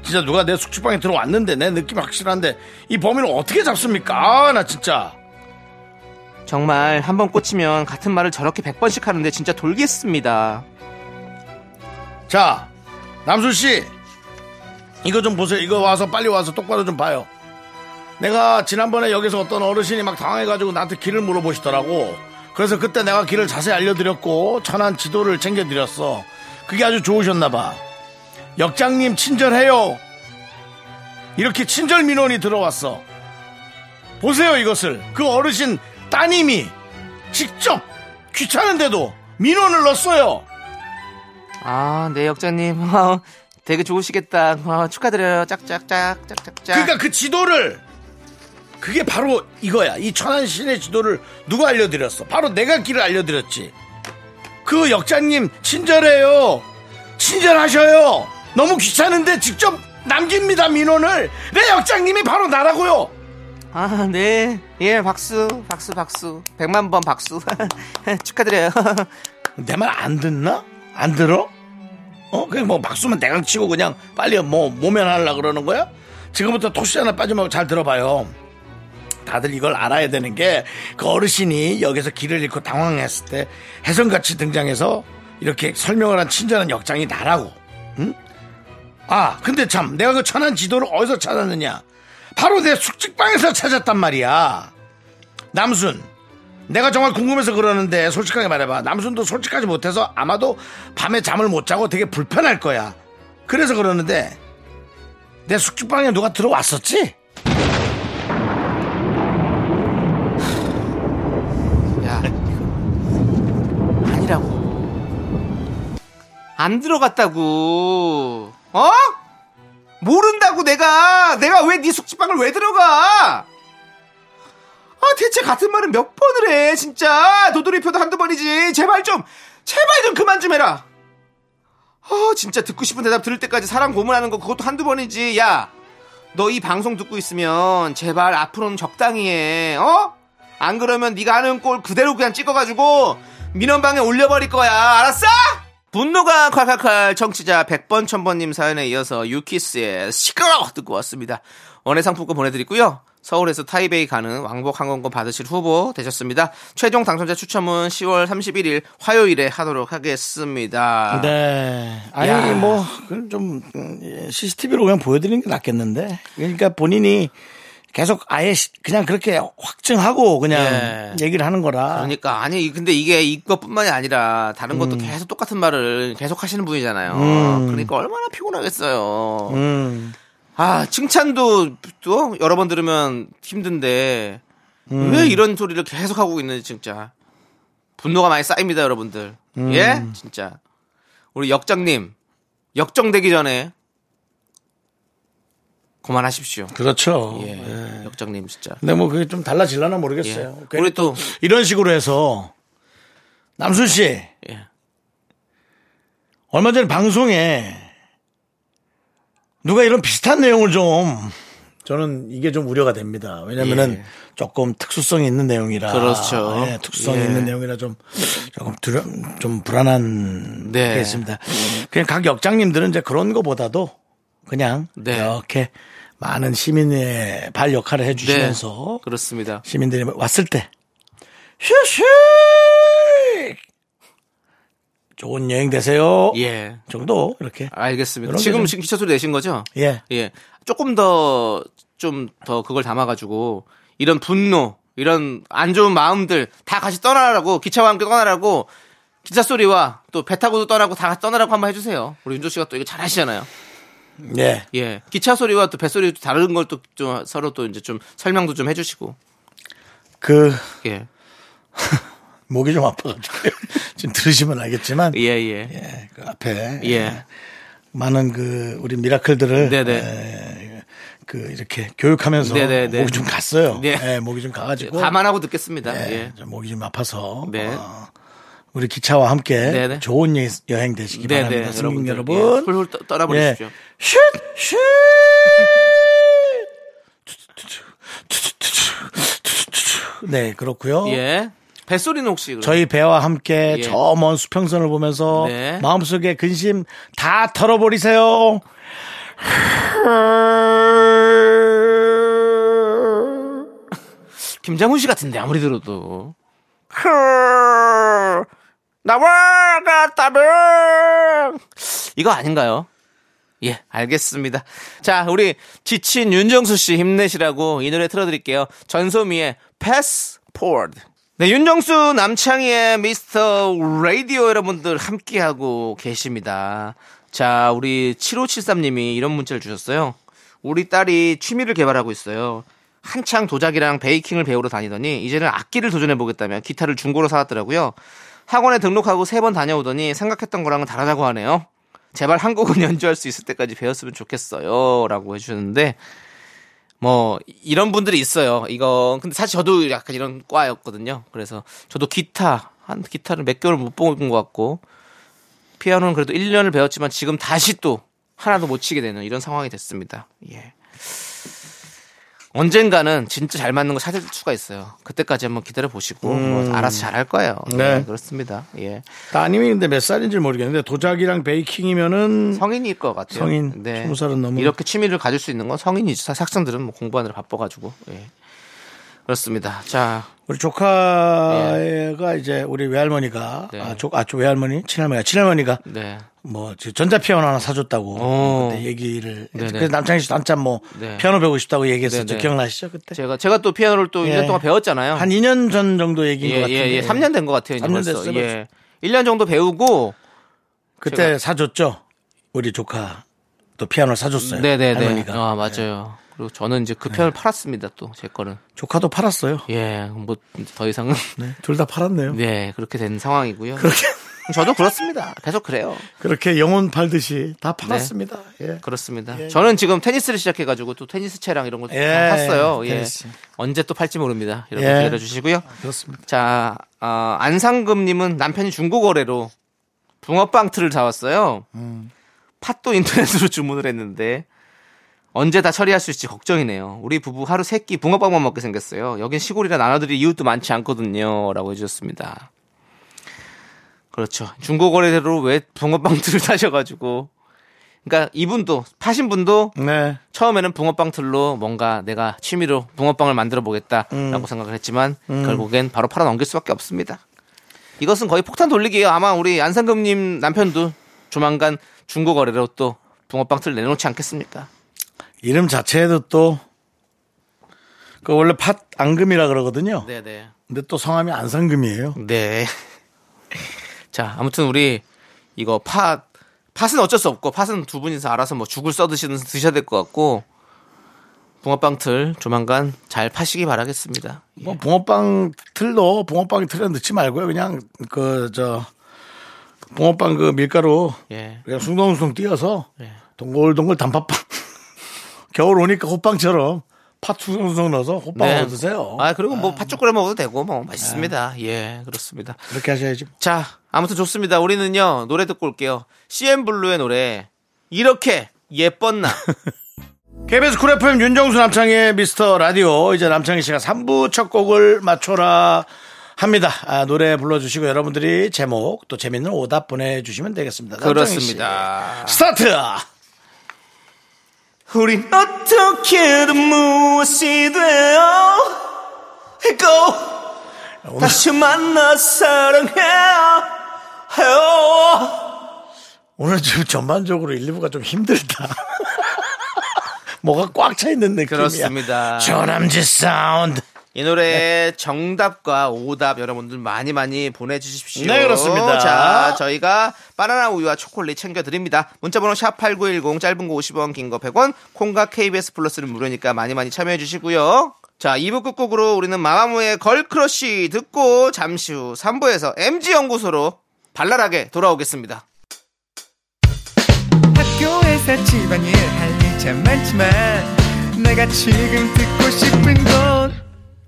Speaker 1: 진짜 누가 내 숙식방에 들어왔는데 내 느낌 확실한데 이 범인을 어떻게 잡습니까? 아, 나 진짜
Speaker 2: 정말 한 번 꽂히면 같은 말을 저렇게 100번씩 하는데 진짜 돌겠습니다.
Speaker 1: 자 남순 씨 이거 좀 보세요. 이거 와서 빨리 와서 똑바로 좀 봐요. 내가 지난번에 여기서 어떤 어르신이 막 당황해가지고 나한테 길을 물어보시더라고. 그래서 그때 내가 길을 자세히 알려드렸고 천안 지도를 챙겨드렸어. 그게 아주 좋으셨나봐. 역장님 친절해요. 이렇게 친절 민원이 들어왔어. 보세요 이것을 그 어르신 따님이 직접 귀찮은데도 민원을 넣었어요.
Speaker 2: 아, 네, 역자님. (laughs) 아, 되게 좋으시겠다. 아, 축하드려요. 짝짝짝, 짝짝짝.
Speaker 1: 그러니까 그 지도를 그게 바로 이거야. 이 천안 시내 지도를 누가 알려드렸어? 바로 내가 길을 알려드렸지. 그 역장님 친절해요. 친절하셔요. 너무 귀찮은데 직접 남깁니다 민원을. 내 역장님이 바로 나라고요.
Speaker 2: 아, 네. 예, 박수, 박수, 박수. 백만 번 박수. (laughs) 축하드려요.
Speaker 1: 내 말 안 듣나? 안 들어? 어? 그냥 뭐 박수만 대강 치고 그냥 빨리 뭐 모면하려 그러는 거야? 지금부터 토시 하나 빠짐하고 잘 들어봐요. 다들 이걸 알아야 되는 게 그 어르신이 여기서 길을 잃고 당황했을 때 해성같이 등장해서 이렇게 설명을 한 친절한 역장이 나라고. 응? 아, 근데 참 내가 그 천안 지도를 어디서 찾았느냐? 바로 내 숙직방에서 찾았단 말이야. 남순, 내가 정말 궁금해서 그러는데 솔직하게 말해봐. 남순도 솔직하지 못해서 아마도 밤에 잠을 못 자고 되게 불편할 거야. 그래서 그러는데 내 숙직방에 누가 들어왔었지?
Speaker 2: 야, 이거 아니라고. 안 들어갔다고. 어? 모른다고 내가. 내가 왜 네 숙지방을 왜 들어가? 아 대체 같은 말은 몇 번을 해 진짜 도돌이표도 한두 번이지 제발 좀 제발 좀 그만 좀 해라 아 진짜 듣고 싶은 대답 들을 때까지 사람 고문하는 거 그것도 한두 번이지 야 너 이 방송 듣고 있으면 제발 앞으로는 적당히 해 어? 안 그러면 네가 하는 꼴 그대로 그냥 찍어가지고 민원방에 올려버릴 거야 알았어? 분노가 칼칼칼 청취자 100번 1000번님 사연에 이어서 유키스의 시끄러워 듣고 왔습니다 원예 상품권 보내드리고요 서울에서 타이베이 가는 왕복 항공권 받으실 후보 되셨습니다 최종 당첨자 추첨은 10월 31일 화요일에 하도록 하겠습니다
Speaker 1: 네. 아니
Speaker 2: 야.
Speaker 1: 뭐 그건 좀 CCTV로 그냥 보여드리는 게 낫겠는데. 그러니까 본인이 계속 아예 시- 그냥 그렇게 확증하고 그냥
Speaker 2: 예.
Speaker 1: 얘기를 하는 거라.
Speaker 2: 그러니까 아니 근데 이게 이것뿐만이 아니라 다른
Speaker 1: 음.
Speaker 2: 것도 계속 똑같은 말을 계속 하시는 분이잖아요. 그러니까 얼마나 피곤하겠어요.
Speaker 1: 음.
Speaker 2: 아 칭찬도 또 여러 번 들으면 힘든데
Speaker 1: 음.
Speaker 2: 왜 이런 소리를 계속 하고 있는지 진짜 분노가 많이 쌓입니다, 여러분들.
Speaker 1: 음.
Speaker 2: 예, 진짜 우리 역장님 역정되기 전에 그만하십시오.
Speaker 1: 그렇죠.
Speaker 2: 예, 역장님 진짜.
Speaker 1: 근데 뭐 그게 좀 달라질라나 모르겠어요.
Speaker 2: 예.
Speaker 1: 괜히
Speaker 2: 우리 또
Speaker 1: 이런 식으로 해서 남순 씨
Speaker 2: 예.
Speaker 1: 얼마 전에 방송에 누가 이런 비슷한 내용을 좀 저는 이게 좀 우려가 됩니다. 왜냐면은
Speaker 2: 예.
Speaker 1: 조금 특수성이 있는 내용이라
Speaker 2: 그렇죠.
Speaker 1: 예, 특수성이
Speaker 2: 예.
Speaker 1: 있는 내용이라 좀 조금 두려, 좀 불안한
Speaker 2: 네.
Speaker 1: 게 있습니다. 그냥 각 역장님들은 이제 그런 거보다도 그냥
Speaker 2: 네.
Speaker 1: 이렇게 많은 시민의 발 역할을 해주시면서
Speaker 2: 네. 그렇습니다.
Speaker 1: 시민들이 왔을 때 휴식 좋은 여행 되세요.
Speaker 2: 예.
Speaker 1: 정도 이렇게
Speaker 2: 알겠습니다.
Speaker 1: 이런 게
Speaker 2: 지금
Speaker 1: 좀-
Speaker 2: 지금 기차 소리 내신 거죠?
Speaker 1: 예.
Speaker 2: 예. 조금 더 좀 더 그걸 담아가지고 이런 분노, 이런 안 좋은 마음들 다 같이 떠나라고 기차와 함께 떠나라고 기차 소리와 또 배 타고도 떠나고 다 같이 떠나라고 한번 해주세요. 우리 윤조 씨가 또 이거 잘하시잖아요.
Speaker 1: 예.
Speaker 2: 예. 기차 소리와 또 배 소리 다른 걸 또 좀 서로 또 이제 좀 설명도 좀 해주시고
Speaker 1: 그
Speaker 2: 예.
Speaker 1: 목이 좀 아파가지고 (laughs) 지금 들으시면 알겠지만
Speaker 2: 예, 예.
Speaker 1: 예, 그 앞에
Speaker 2: 예.
Speaker 1: 많은 그 우리 미라클들을
Speaker 2: 네네.
Speaker 1: 예, 그 이렇게 교육하면서
Speaker 2: 네네네.
Speaker 1: 목이 좀 갔어요.
Speaker 2: 네.
Speaker 1: 예, 목이 좀 가가지고
Speaker 2: 감안하고 듣겠습니다.
Speaker 1: 예,
Speaker 2: 예.
Speaker 1: 좀 목이 좀 아파서
Speaker 2: 네.
Speaker 1: 어, 우리 기차와 함께
Speaker 2: 네네. 네,
Speaker 1: 좋은 여- 여행 되시기 바랍니다. 승객
Speaker 2: 여러분들,
Speaker 1: 여러분.
Speaker 2: 예, 훌훌 떠- 떠나버리십시오.
Speaker 1: 예. 슛! 슛! 네, 그렇고요.
Speaker 2: 예. 뱃소리는 혹시 그럼-
Speaker 1: 저희 배와 함께
Speaker 2: 예.
Speaker 1: 저 먼 수평선을 보면서
Speaker 2: 네.
Speaker 1: 마음속에 근심 다 털어버리세요.
Speaker 2: 김장훈 씨 같은데 아무리 들어도 나와 같다면 이거 아닌가요? 예, 알겠습니다. 자, 우리 지친 윤정수 씨 힘내시라고 이 노래 틀어드릴게요. 전소미의 패스포드. 네, 윤정수 남창희의 미스터 라디오 여러분들 함께하고 계십니다. 자, 우리 7573님이 이런 문자를 주셨어요. 우리 딸이 취미를 개발하고 있어요. 한창 도자기랑 베이킹을 배우러 다니더니 이제는 악기를 도전해보겠다며 기타를 중고로 사왔더라고요. 학원에 등록하고 세 번 다녀오더니 생각했던 거랑은 다르다고 하네요. 제발 한 곡은 (laughs) 연주할 수 있을 때까지 배웠으면 좋겠어요. 라고 해주셨는데 뭐 이런 분들이 있어요. 이거 근데 사실 저도 약간 이런 과였거든요. 그래서 저도 기타 한 기타를 몇 개월 못 본것 같고 피아노는 그래도 1년을 배웠지만 지금 다시 또 하나도 못 치게 되는 이런 상황이 됐습니다. (laughs)
Speaker 1: 네.
Speaker 2: 예. 언젠가는 진짜 잘 맞는 거 찾을 수가 있어요. 그때까지 한번 기다려 보시고 뭐 알아서 잘 할 거예요. 네.
Speaker 1: 음. 네.
Speaker 2: 그렇습니다. 예.
Speaker 1: 따님이 근데 몇 살인지 모르겠는데 도자기랑 베이킹이면은
Speaker 2: 성인일 것 같아요. 네.
Speaker 1: 성인. 스무 살은 넘은.
Speaker 2: 이렇게 취미를 가질 수 있는 건 성인이죠. 사실 학생들은 뭐 공부하느라 바빠가지고. 예. 그렇습니다. 자,
Speaker 1: 우리 조카가 이제 우리 외할머니가
Speaker 2: 예. 네.
Speaker 1: 아, 조, 아, 저 외할머니 친할머니가 친할머니가
Speaker 2: 네.
Speaker 1: 뭐 전자 피아노 하나 사줬다고
Speaker 2: 오.
Speaker 1: 그때 얘기를
Speaker 2: 네네.
Speaker 1: 그래서 남창희 씨도 한참 뭐
Speaker 2: 네.
Speaker 1: 피아노 배우고 싶다고 얘기했었죠
Speaker 2: 네네.
Speaker 1: 기억나시죠 그때
Speaker 2: 제가 제가 또 피아노를 또
Speaker 1: 예.
Speaker 2: 1년 동안 배웠잖아요.
Speaker 1: 한 2년 전 정도 얘기인 것
Speaker 2: 예,
Speaker 1: 같은데
Speaker 2: 예, 예. 3년 된 것 같아요. 이제
Speaker 1: 삼년
Speaker 2: 벌써.
Speaker 1: 됐어요,
Speaker 2: 예. 1년 정도 배우고
Speaker 1: 그때
Speaker 2: 제가.
Speaker 1: 사줬죠 우리 조카 또 피아노 사줬어요
Speaker 2: 네, 네, 네.
Speaker 1: 할머니가 네.
Speaker 2: 아, 맞아요. 그리고 저는 이제 그 편을 팔았습니다. 또 제 거는.
Speaker 1: 조카도 팔았어요
Speaker 2: 예. 뭐 더 이상은
Speaker 1: 둘 다 (laughs) 팔았네요
Speaker 2: 네, 그렇게 된 상황이고요.
Speaker 1: 그렇게
Speaker 2: (laughs) 저도 그렇습니다. 계속 그래요.
Speaker 1: 그렇게 영혼 팔듯이 다
Speaker 2: 네.
Speaker 1: 팔았습니다 예.
Speaker 2: 그렇습니다. 저는 지금 테니스를 시작해가지고 또 테니스 채랑 이런 것도
Speaker 1: 예,
Speaker 2: 다 샀어요. 예.
Speaker 1: 테니스.
Speaker 2: 언제 또 팔지 모릅니다. 여러분
Speaker 1: 예.
Speaker 2: 기다려주시고요.
Speaker 1: 그렇습니다
Speaker 2: 자, 아, 안상금님은 남편이 중고거래로 붕어빵 틀을 사왔어요.
Speaker 1: 음.
Speaker 2: 팥도 인터넷으로 (laughs) 주문을 했는데 언제 다 처리할 수 있을지 걱정이네요. 우리 부부 하루 세 끼 붕어빵만 먹게 생겼어요. 여긴 시골이라 나눠드릴 이웃도 많지 않거든요. 라고 해주셨습니다. 그렇죠. 중고거래대로 왜 붕어빵 틀을 (laughs) 사셔가지고. 그러니까 이분도, 파신 분도
Speaker 1: 네
Speaker 2: 처음에는 붕어빵 틀로 뭔가 내가 취미로 붕어빵을 만들어 보겠다라고 생각을 했지만 결국엔 바로 팔아 넘길 수밖에 없습니다. 이것은 거의 폭탄 돌리기예요. 아마 우리 안상금님 남편도 조만간 중고 거래로 또 붕어빵 틀 내놓지 않겠습니까?
Speaker 1: 이름 자체에도 또 그 원래 팥 앙금이라 그러거든요
Speaker 2: 네네.
Speaker 1: 근데 또 성함이 안상금이에요
Speaker 2: 네. (laughs) 자 아무튼 우리 이거 팥 팥은 어쩔 수 없고 팥은 두 분이서 알아서 뭐 죽을 써드시는 드셔야 될 것 같고 붕어빵 틀 조만간 잘 파시기 바라겠습니다.
Speaker 1: 뭐 붕어빵 틀도 붕어빵 틀에 넣지 말고요. 그냥 그 저 붕어빵 그 밀가루
Speaker 2: 예.
Speaker 1: 그냥 숭덩숭덩 띄어서
Speaker 2: 예.
Speaker 1: 동글동글 단팥빵 (laughs) 겨울 오니까 호빵처럼 팥 숭덩숭덩 넣어서 호빵
Speaker 2: 네.
Speaker 1: 을 드세요. 네.
Speaker 2: 아 그리고 뭐 팥죽 끓여 먹어도 되고 뭐 맛있습니다. 예 그렇습니다.
Speaker 1: 그렇게 하셔야지.
Speaker 2: 자 아무튼 좋습니다. 우리는요 노래 듣고 올게요. CN 블루의 노래 이렇게
Speaker 1: (laughs)
Speaker 2: 예뻤나.
Speaker 1: KBS 쿨 FM 윤정수 남창의 미스터 라디오 이제 남창희 씨가 3부 첫 곡을 맞춰라 합니다. 아, 노래 불러주시고 여러분들이 제목 또 재밌는 오답 보내주시면 되겠습니다. 남창희 씨.
Speaker 2: 그렇습니다.
Speaker 1: 스타트.
Speaker 2: 우린 어떻게든 무엇이 되어 있고 다시 만나 사랑해요. 해요.
Speaker 1: 오늘 지금 전반적으로 1, 2부가 좀 힘들다. 뭐가 꽉 차 있는 느낌이야.
Speaker 2: 그렇습니다.
Speaker 1: 조남지 사운드.
Speaker 2: 이 노래 정답과 오답 여러분들 많이 많이 보내주십시오.
Speaker 1: 네, 그렇습니다.
Speaker 2: 자, 저희가 바나나 우유와 초콜릿 챙겨드립니다. 문자번호 샵8910, 짧은 거 50원, 긴 거 100원, 콩과 KBS 플러스는 무료니까 많이 많이 참여해주시고요. 자, 2부 끝곡으로 우리는 마마무의 걸크러쉬 듣고 잠시 후 3부에서 MG연구소로 발랄하게 돌아오겠습니다.
Speaker 8: 학교에서 집안일 할 일 참 많지만 내가 지금 듣고 싶은 건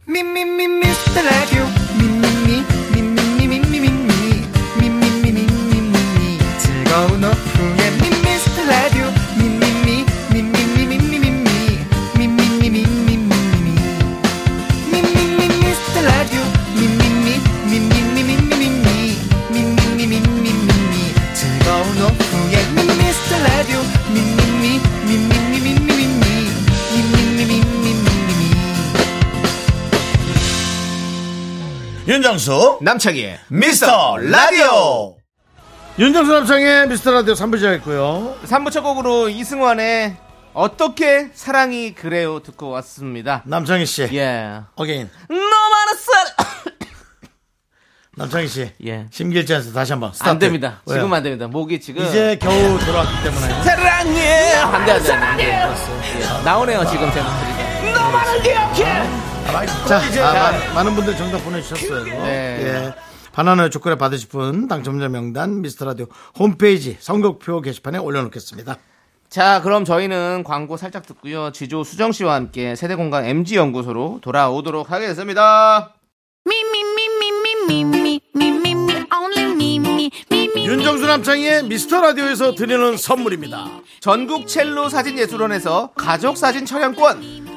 Speaker 8: 미미미 미스터 라디오 미미미 미미미 미미미 미미미 미미미 즐거운 오후에 미스터 라디오 미미미 미미미 미미미 미미미 미미미
Speaker 1: 윤정수.
Speaker 2: 남창희의
Speaker 1: 미스터 라디오. 윤정수 남창의 미스터 라디오 3부 시작했고요.
Speaker 2: 3부 첫 곡으로 이승환의 어떻게 사랑이 그래요 듣고 왔습니다.
Speaker 1: 남창희 씨.
Speaker 2: 예.
Speaker 1: 어게인.
Speaker 2: 너만은 사랑
Speaker 1: 남창희 씨.
Speaker 2: 예.
Speaker 1: 심길지 않습 다시 한번. 스타트.
Speaker 2: 안 됩니다.
Speaker 1: 왜요?
Speaker 2: 지금 안 됩니다. 목이 지금
Speaker 1: 이제 겨우 돌아왔기 때문에.
Speaker 2: 사랑해. 안돼 안돼 안돼. 예. 나오네요 지금 제목들이.
Speaker 1: 자, 아, 마- 많은 분들 정답 보내주셨어요.
Speaker 2: 네.
Speaker 1: 예. 바나나 초콜릿 받으실 분 당첨자 명단 미스터라디오 홈페이지 성격표 게시판에 올려놓겠습니다.
Speaker 2: 자 그럼 저희는 광고 살짝 듣고요. 지조 수정 씨와 함께 세대공간 MG 연구소로 돌아오도록 하겠습니다.
Speaker 7: Me, me, me, me, me, me, me, me, me, me, only me, me, me, me.
Speaker 1: 윤정수
Speaker 2: 예,
Speaker 1: 남창희의 미스터라디오에서 드리는 선물입니다.
Speaker 2: 전국 첼로 사진예술원에서 가족 사진 촬영권,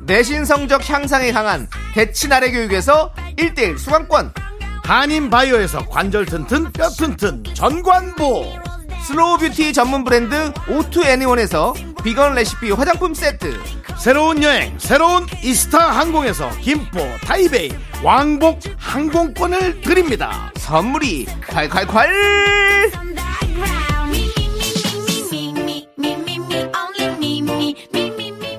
Speaker 2: 내신 성적 향상에 강한 대치나래 교육에서 1대1 수강권,
Speaker 1: 한인 바이오에서 관절 튼튼 뼈 튼튼 전관보
Speaker 2: 슬로우 뷰티 전문 브랜드 오투 애니원에서 비건 레시피 화장품 세트,
Speaker 1: 새로운 여행 새로운 이스타 항공에서 김포 타이베이 왕복 항공권을 드립니다
Speaker 2: 선물이 콸콸콸!
Speaker 7: Me, me, me, me, me, me, me, me, me, only me, me, me, me, me, me.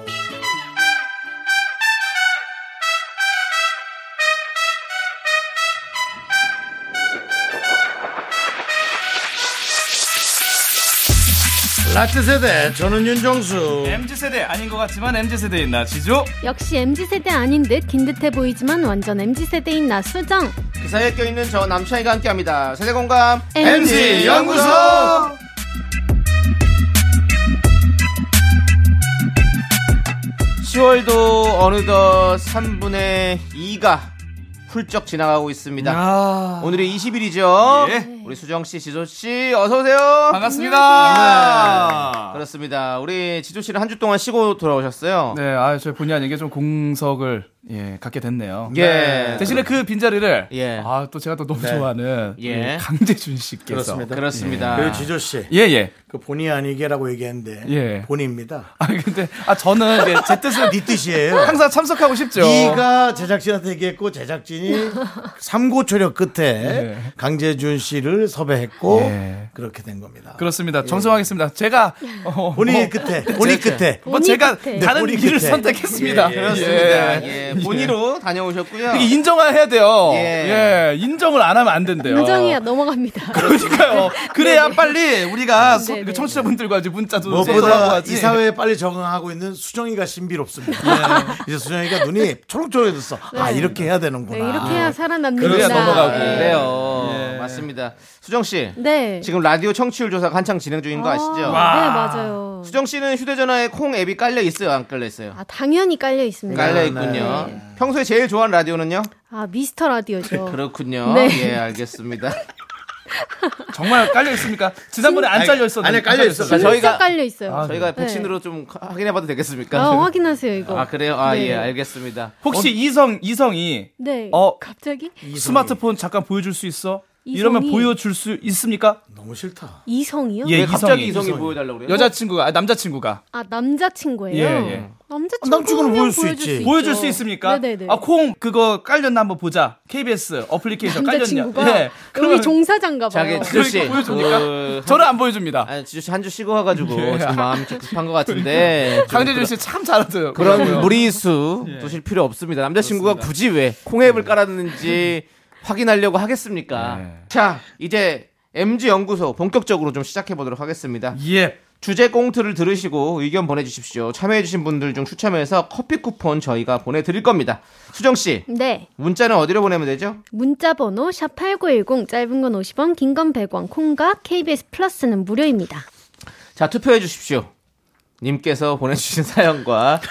Speaker 1: 라트 세대 저는 윤정수
Speaker 8: MZ세대 아닌 것 같지만 MZ세대인 나 지조
Speaker 9: 역시 MZ세대 아닌 듯 긴 듯해 보이지만 완전 MZ세대인 나 수정
Speaker 2: 그 사이에 껴있는 저 남창희가 함께합니다. 세대공감
Speaker 1: MG 연구소!
Speaker 2: 시월도 어느덧 3분의 2가 훌쩍 지나가고 있습니다. 오늘이 20일이죠.
Speaker 8: 아. 예.
Speaker 2: 우리 수정 씨, 지조 씨, 어서 오세요. 네.
Speaker 8: 반갑습니다.
Speaker 2: 그렇습니다. 우리 지조 씨는 한 주 동안 쉬고 돌아오셨어요.
Speaker 8: 네, 아, 저희 본의 아니게 좀 공석을 예, 갖게 됐네요.
Speaker 2: 예.
Speaker 8: 대신에 그 빈자리를
Speaker 2: 예.
Speaker 8: 아, 또 제가 또 너무
Speaker 1: 네.
Speaker 8: 좋아하는
Speaker 2: 예.
Speaker 8: 예, 강재준 씨께서
Speaker 1: 그렇습니다.
Speaker 2: 그렇습니다.
Speaker 1: 그리고 지조씨
Speaker 8: 예, 예.
Speaker 1: 그 본의 아니게라고 얘기했는데
Speaker 8: 예.
Speaker 1: 본입니다
Speaker 8: 아, 근데 아 저는 이제 제 뜻을
Speaker 1: 네 뜻이에요
Speaker 8: 항상 참석하고 싶죠.
Speaker 1: 네가 제작진한테 얘기했고 제작진이 삼고 초력 끝에
Speaker 8: 예.
Speaker 1: 강재준 씨를 섭외했고
Speaker 8: 예.
Speaker 1: 그렇게 된 겁니다
Speaker 8: (laughs) 그렇습니다. 정성하겠습니다. 제가 어,
Speaker 1: (laughs) 본의
Speaker 8: 뭐,
Speaker 1: 끝에 본의 끝에
Speaker 8: 뭐 제가
Speaker 9: 끝에.
Speaker 8: 다른
Speaker 1: 본인
Speaker 8: 길을
Speaker 1: 끝에.
Speaker 8: 선택했습니다.
Speaker 1: 예, 예.
Speaker 2: 그렇습니다. 예. 본의로 다녀오셨고요.
Speaker 8: 이게 인정해야 돼요.
Speaker 2: 예.
Speaker 8: 예. 인정을 안 하면 안 된대요.
Speaker 9: 무정이야 넘어갑니다.
Speaker 8: 그러니까요. 그래야 빨리 우리가 아, 소-
Speaker 9: 네, 네.
Speaker 8: 청취자분들과 이제 문자도 소통하고
Speaker 1: 무엇보다
Speaker 8: 하지.
Speaker 1: 이 사회에 빨리 적응하고 있는
Speaker 8: 네.
Speaker 1: 수정이가 신비롭습니다. 이제 수정이가 눈이 초록초록해졌어. 아 이렇게 해야
Speaker 9: 네,
Speaker 1: 되는구나.
Speaker 9: 이렇게 해야 살아남는다.
Speaker 8: 그래야 넘어가고. 예.
Speaker 2: 그래요. 맞습니다. 수정 씨.
Speaker 9: 네.
Speaker 2: 지금 라디오 청취율 조사 한창 진행 중인 거 아시죠?
Speaker 9: 네 맞아요.
Speaker 2: 수정 씨는 휴대전화에 콩 앱이 깔려 있어요, 안 깔려 있어요?
Speaker 9: 아 당연히 깔려
Speaker 8: 네.
Speaker 9: 있습니다.
Speaker 2: 깔려 있군요. 평소에 제일 좋아하는 라디오는요?
Speaker 9: 아 미스터 라디오죠.
Speaker 2: 그렇군요.
Speaker 9: 네.
Speaker 2: 예,
Speaker 9: (laughs)
Speaker 2: 알겠습니다.
Speaker 8: 정말 깔려 있습니까? 지난번에 안 잘려 있었는데.
Speaker 1: 아니, 깔려 있어.
Speaker 9: 진짜
Speaker 2: 저희가-
Speaker 9: 깔려 있어요. 아,
Speaker 2: 저희가
Speaker 9: 네. 아,
Speaker 2: 백신으로 좀 확인해봐도 되겠습니까?
Speaker 9: 확인하세요 이거.
Speaker 2: 아, 그래요? 아,
Speaker 9: 네.
Speaker 2: 예, 알겠습니다.
Speaker 8: 혹시 이성 이성이
Speaker 9: 네.
Speaker 8: 어.
Speaker 9: 갑자기
Speaker 8: 스마트폰 잠깐 보여줄 수 있어?
Speaker 9: 이성이-
Speaker 8: 이러면 보여줄 수 있습니까?
Speaker 1: 너무 싫다.
Speaker 9: 이성이요?
Speaker 8: 예,
Speaker 2: 왜 갑자기
Speaker 8: 이성이.
Speaker 2: 이성이, 보여달라고 그래요?
Speaker 8: 여자친구가 아, 남자친구가
Speaker 9: 아 남자친구예요.
Speaker 8: 예, 예.
Speaker 9: 남자친구는
Speaker 1: 보여줄 수 있지.
Speaker 8: 보여줄 수 있습니까?
Speaker 9: 네네네.
Speaker 8: 아 콩 그거 깔렸나 한번 보자. KBS 어플리케이션
Speaker 9: 남자친구가
Speaker 8: 깔렸냐? 예.
Speaker 9: 여기
Speaker 8: 그러면
Speaker 9: 종사장가 봐요.
Speaker 2: 자기 지조 씨.
Speaker 8: 그러니까 보여줍니까?
Speaker 2: 그-
Speaker 8: 저를 안 보여줍니다. 예.
Speaker 2: 아, 지조 씨 한 주 쉬고 가가지고 지금 마음이 좀 급한 것
Speaker 8: (laughs)
Speaker 2: 같은데. 좀
Speaker 8: 네. 강재준 씨 참 잘하더라고요.
Speaker 2: 네. 그런 무리수 두실 필요 없습니다. 예. 남자친구가 굳이 왜 콩앱을 깔았는지 확인하려고 하겠습니까?
Speaker 8: 네.
Speaker 2: 자, 이제 MG 연구소 본격적으로 좀 시작해 보도록 하겠습니다.
Speaker 8: 예.
Speaker 2: 주제 꽁트를 들으시고 의견 보내주십시오. 참여해주신 분들 중 추첨해서 커피 쿠폰 저희가 보내드릴 겁니다. 수정 씨,
Speaker 9: 네.
Speaker 2: 문자는 어디로 보내면 되죠?
Speaker 9: 문자 번호 샵8910 짧은 건 50원, 긴 건 100원. 콩과 KBS 플러스는 무료입니다.
Speaker 2: 자, 투표해 주십시오. 님께서 보내주신 (laughs) 사연과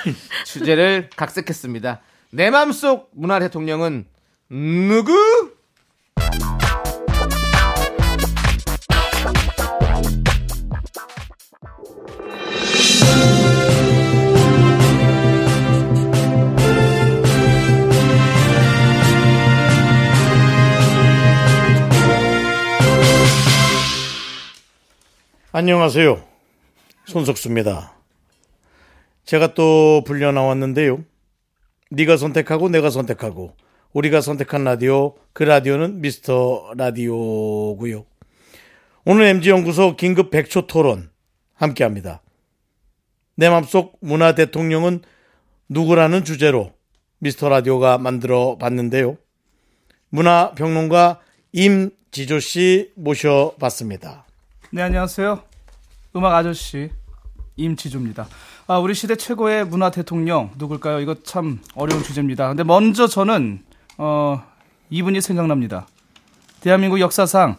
Speaker 2: 주제를 각색했습니다. 내 맘속 문화 대통령은 누구?
Speaker 1: 안녕하세요. 손석수입니다. 제가 또 불려 나왔는데요. 네가 선택하고 내가 선택하고 우리가 선택한 라디오 그 라디오는 미스터 라디오고요. 오늘 MG 연구소 긴급 100초 토론 함께합니다. 내 맘속 문화 대통령은 누구라는 주제로 미스터 라디오가 만들어 봤는데요. 문화 평론가 임지조 씨 모셔봤습니다.
Speaker 8: 네, 안녕하세요. 음악 아저씨 임지조입니다. 아, 우리 시대 최고의 문화 대통령 누굴까요? 이거 참 어려운 주제입니다. 근데 먼저 저는 어, 이분이 생각납니다. 대한민국 역사상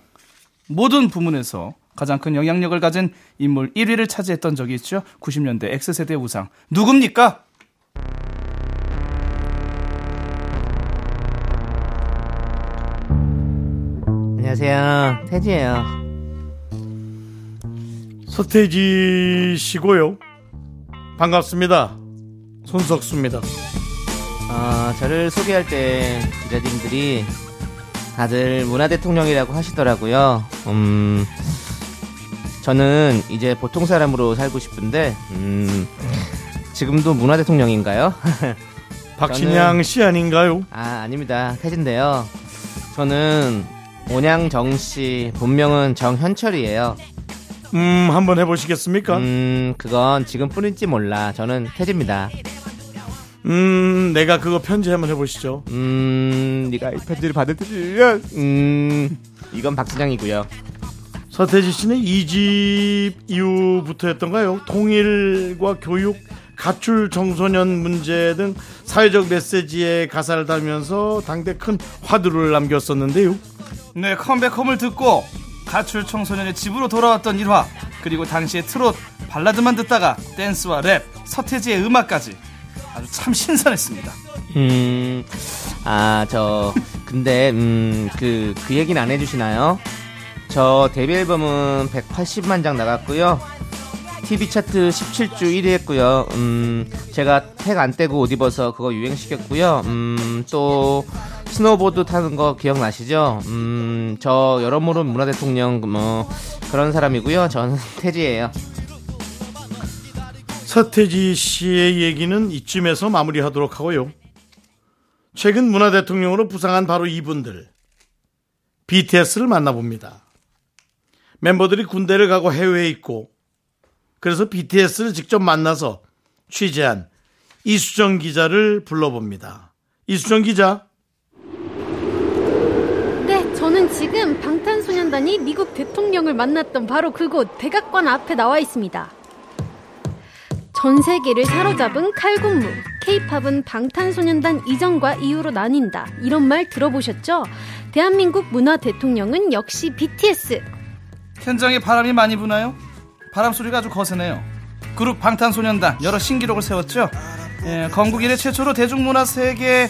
Speaker 8: 모든 부문에서 가장 큰 영향력을 가진 인물 1위를 차지했던 적이 있죠. 90년대 X세대 우상. 누굽니까?
Speaker 2: 안녕하세요. 태지예요.
Speaker 1: 서태지 씨고요. 반갑습니다. 손석수입니다.
Speaker 2: 어, 저를 소개할 때 기자님들이 다들 문화 대통령이라고 하시더라고요. 음, 저는 이제 보통 사람으로 살고 싶은데 음, 지금도 문화 대통령인가요? (laughs)
Speaker 1: 박신양 씨 아닌가요?
Speaker 2: 아 아닙니다. 태진데요. 저는 온양정 씨 본명은 정현철이에요.
Speaker 1: 음 한번 해보시겠습니까?
Speaker 2: 음 그건 지금 뿐인지 몰라. 저는 태진입니다.
Speaker 1: 음, 내가 그거 편지 한번 해보시죠.
Speaker 2: 음, 네가 이 편지를 받을
Speaker 1: 예,
Speaker 2: 때면 음, 이건 박진영이고요.
Speaker 1: 서태지 씨는 이집 이후부터 였던가요? 통일과 교육, 가출 청소년 문제 등 사회적 메시지의 가사를 달면서 당대 큰 화두를 남겼었는데요.
Speaker 8: 네, 컴백홈을 듣고 가출 청소년의 집으로 돌아왔던 일화, 그리고 당시의 트롯, 발라드만 듣다가 댄스와 랩, 서태지의 음악까지 아주 참 신선했습니다.
Speaker 2: 음, 아, 저, 근데, 음, 그, 그 얘기는 안 해주시나요? 저 데뷔 앨범은 180만 장 나갔고요. TV 차트 17주 1위 했고요. 음, 제가 택 안 떼고 옷 입어서 그거 유행시켰고요. 음, 또, 스노보드 타는 거 기억나시죠? 음, 저 여러모로 문화 대통령, 뭐, 그런 사람이고요. 저는 (laughs) 태지예요.
Speaker 1: 서태지 씨의 얘기는 이쯤에서 마무리하도록 하고요. 최근 문화 대통령으로 부상한 바로 이분들. BTS를 만나봅니다. 멤버들이 군대를 가고 해외에 있고 그래서 BTS를 직접 만나서 취재한 이수정 기자를 불러봅니다. 이수정 기자.
Speaker 9: 네, 저는 지금 방탄소년단이 미국 대통령을 만났던 바로 그곳 백악관 앞에 나와 있습니다. 전 세계를 사로잡은 칼군무. 케이팝은 방탄소년단 이전과 이후로 나뉜다. 이런 말 들어보셨죠? 대한민국 문화 대통령은 역시 BTS.
Speaker 8: 현장에 바람이 많이 부나요? 바람 소리가 아주 거세네요. 그룹 방탄소년단 여러 신기록을 세웠죠. 예, 건국 이래 최초로 대중문화 세계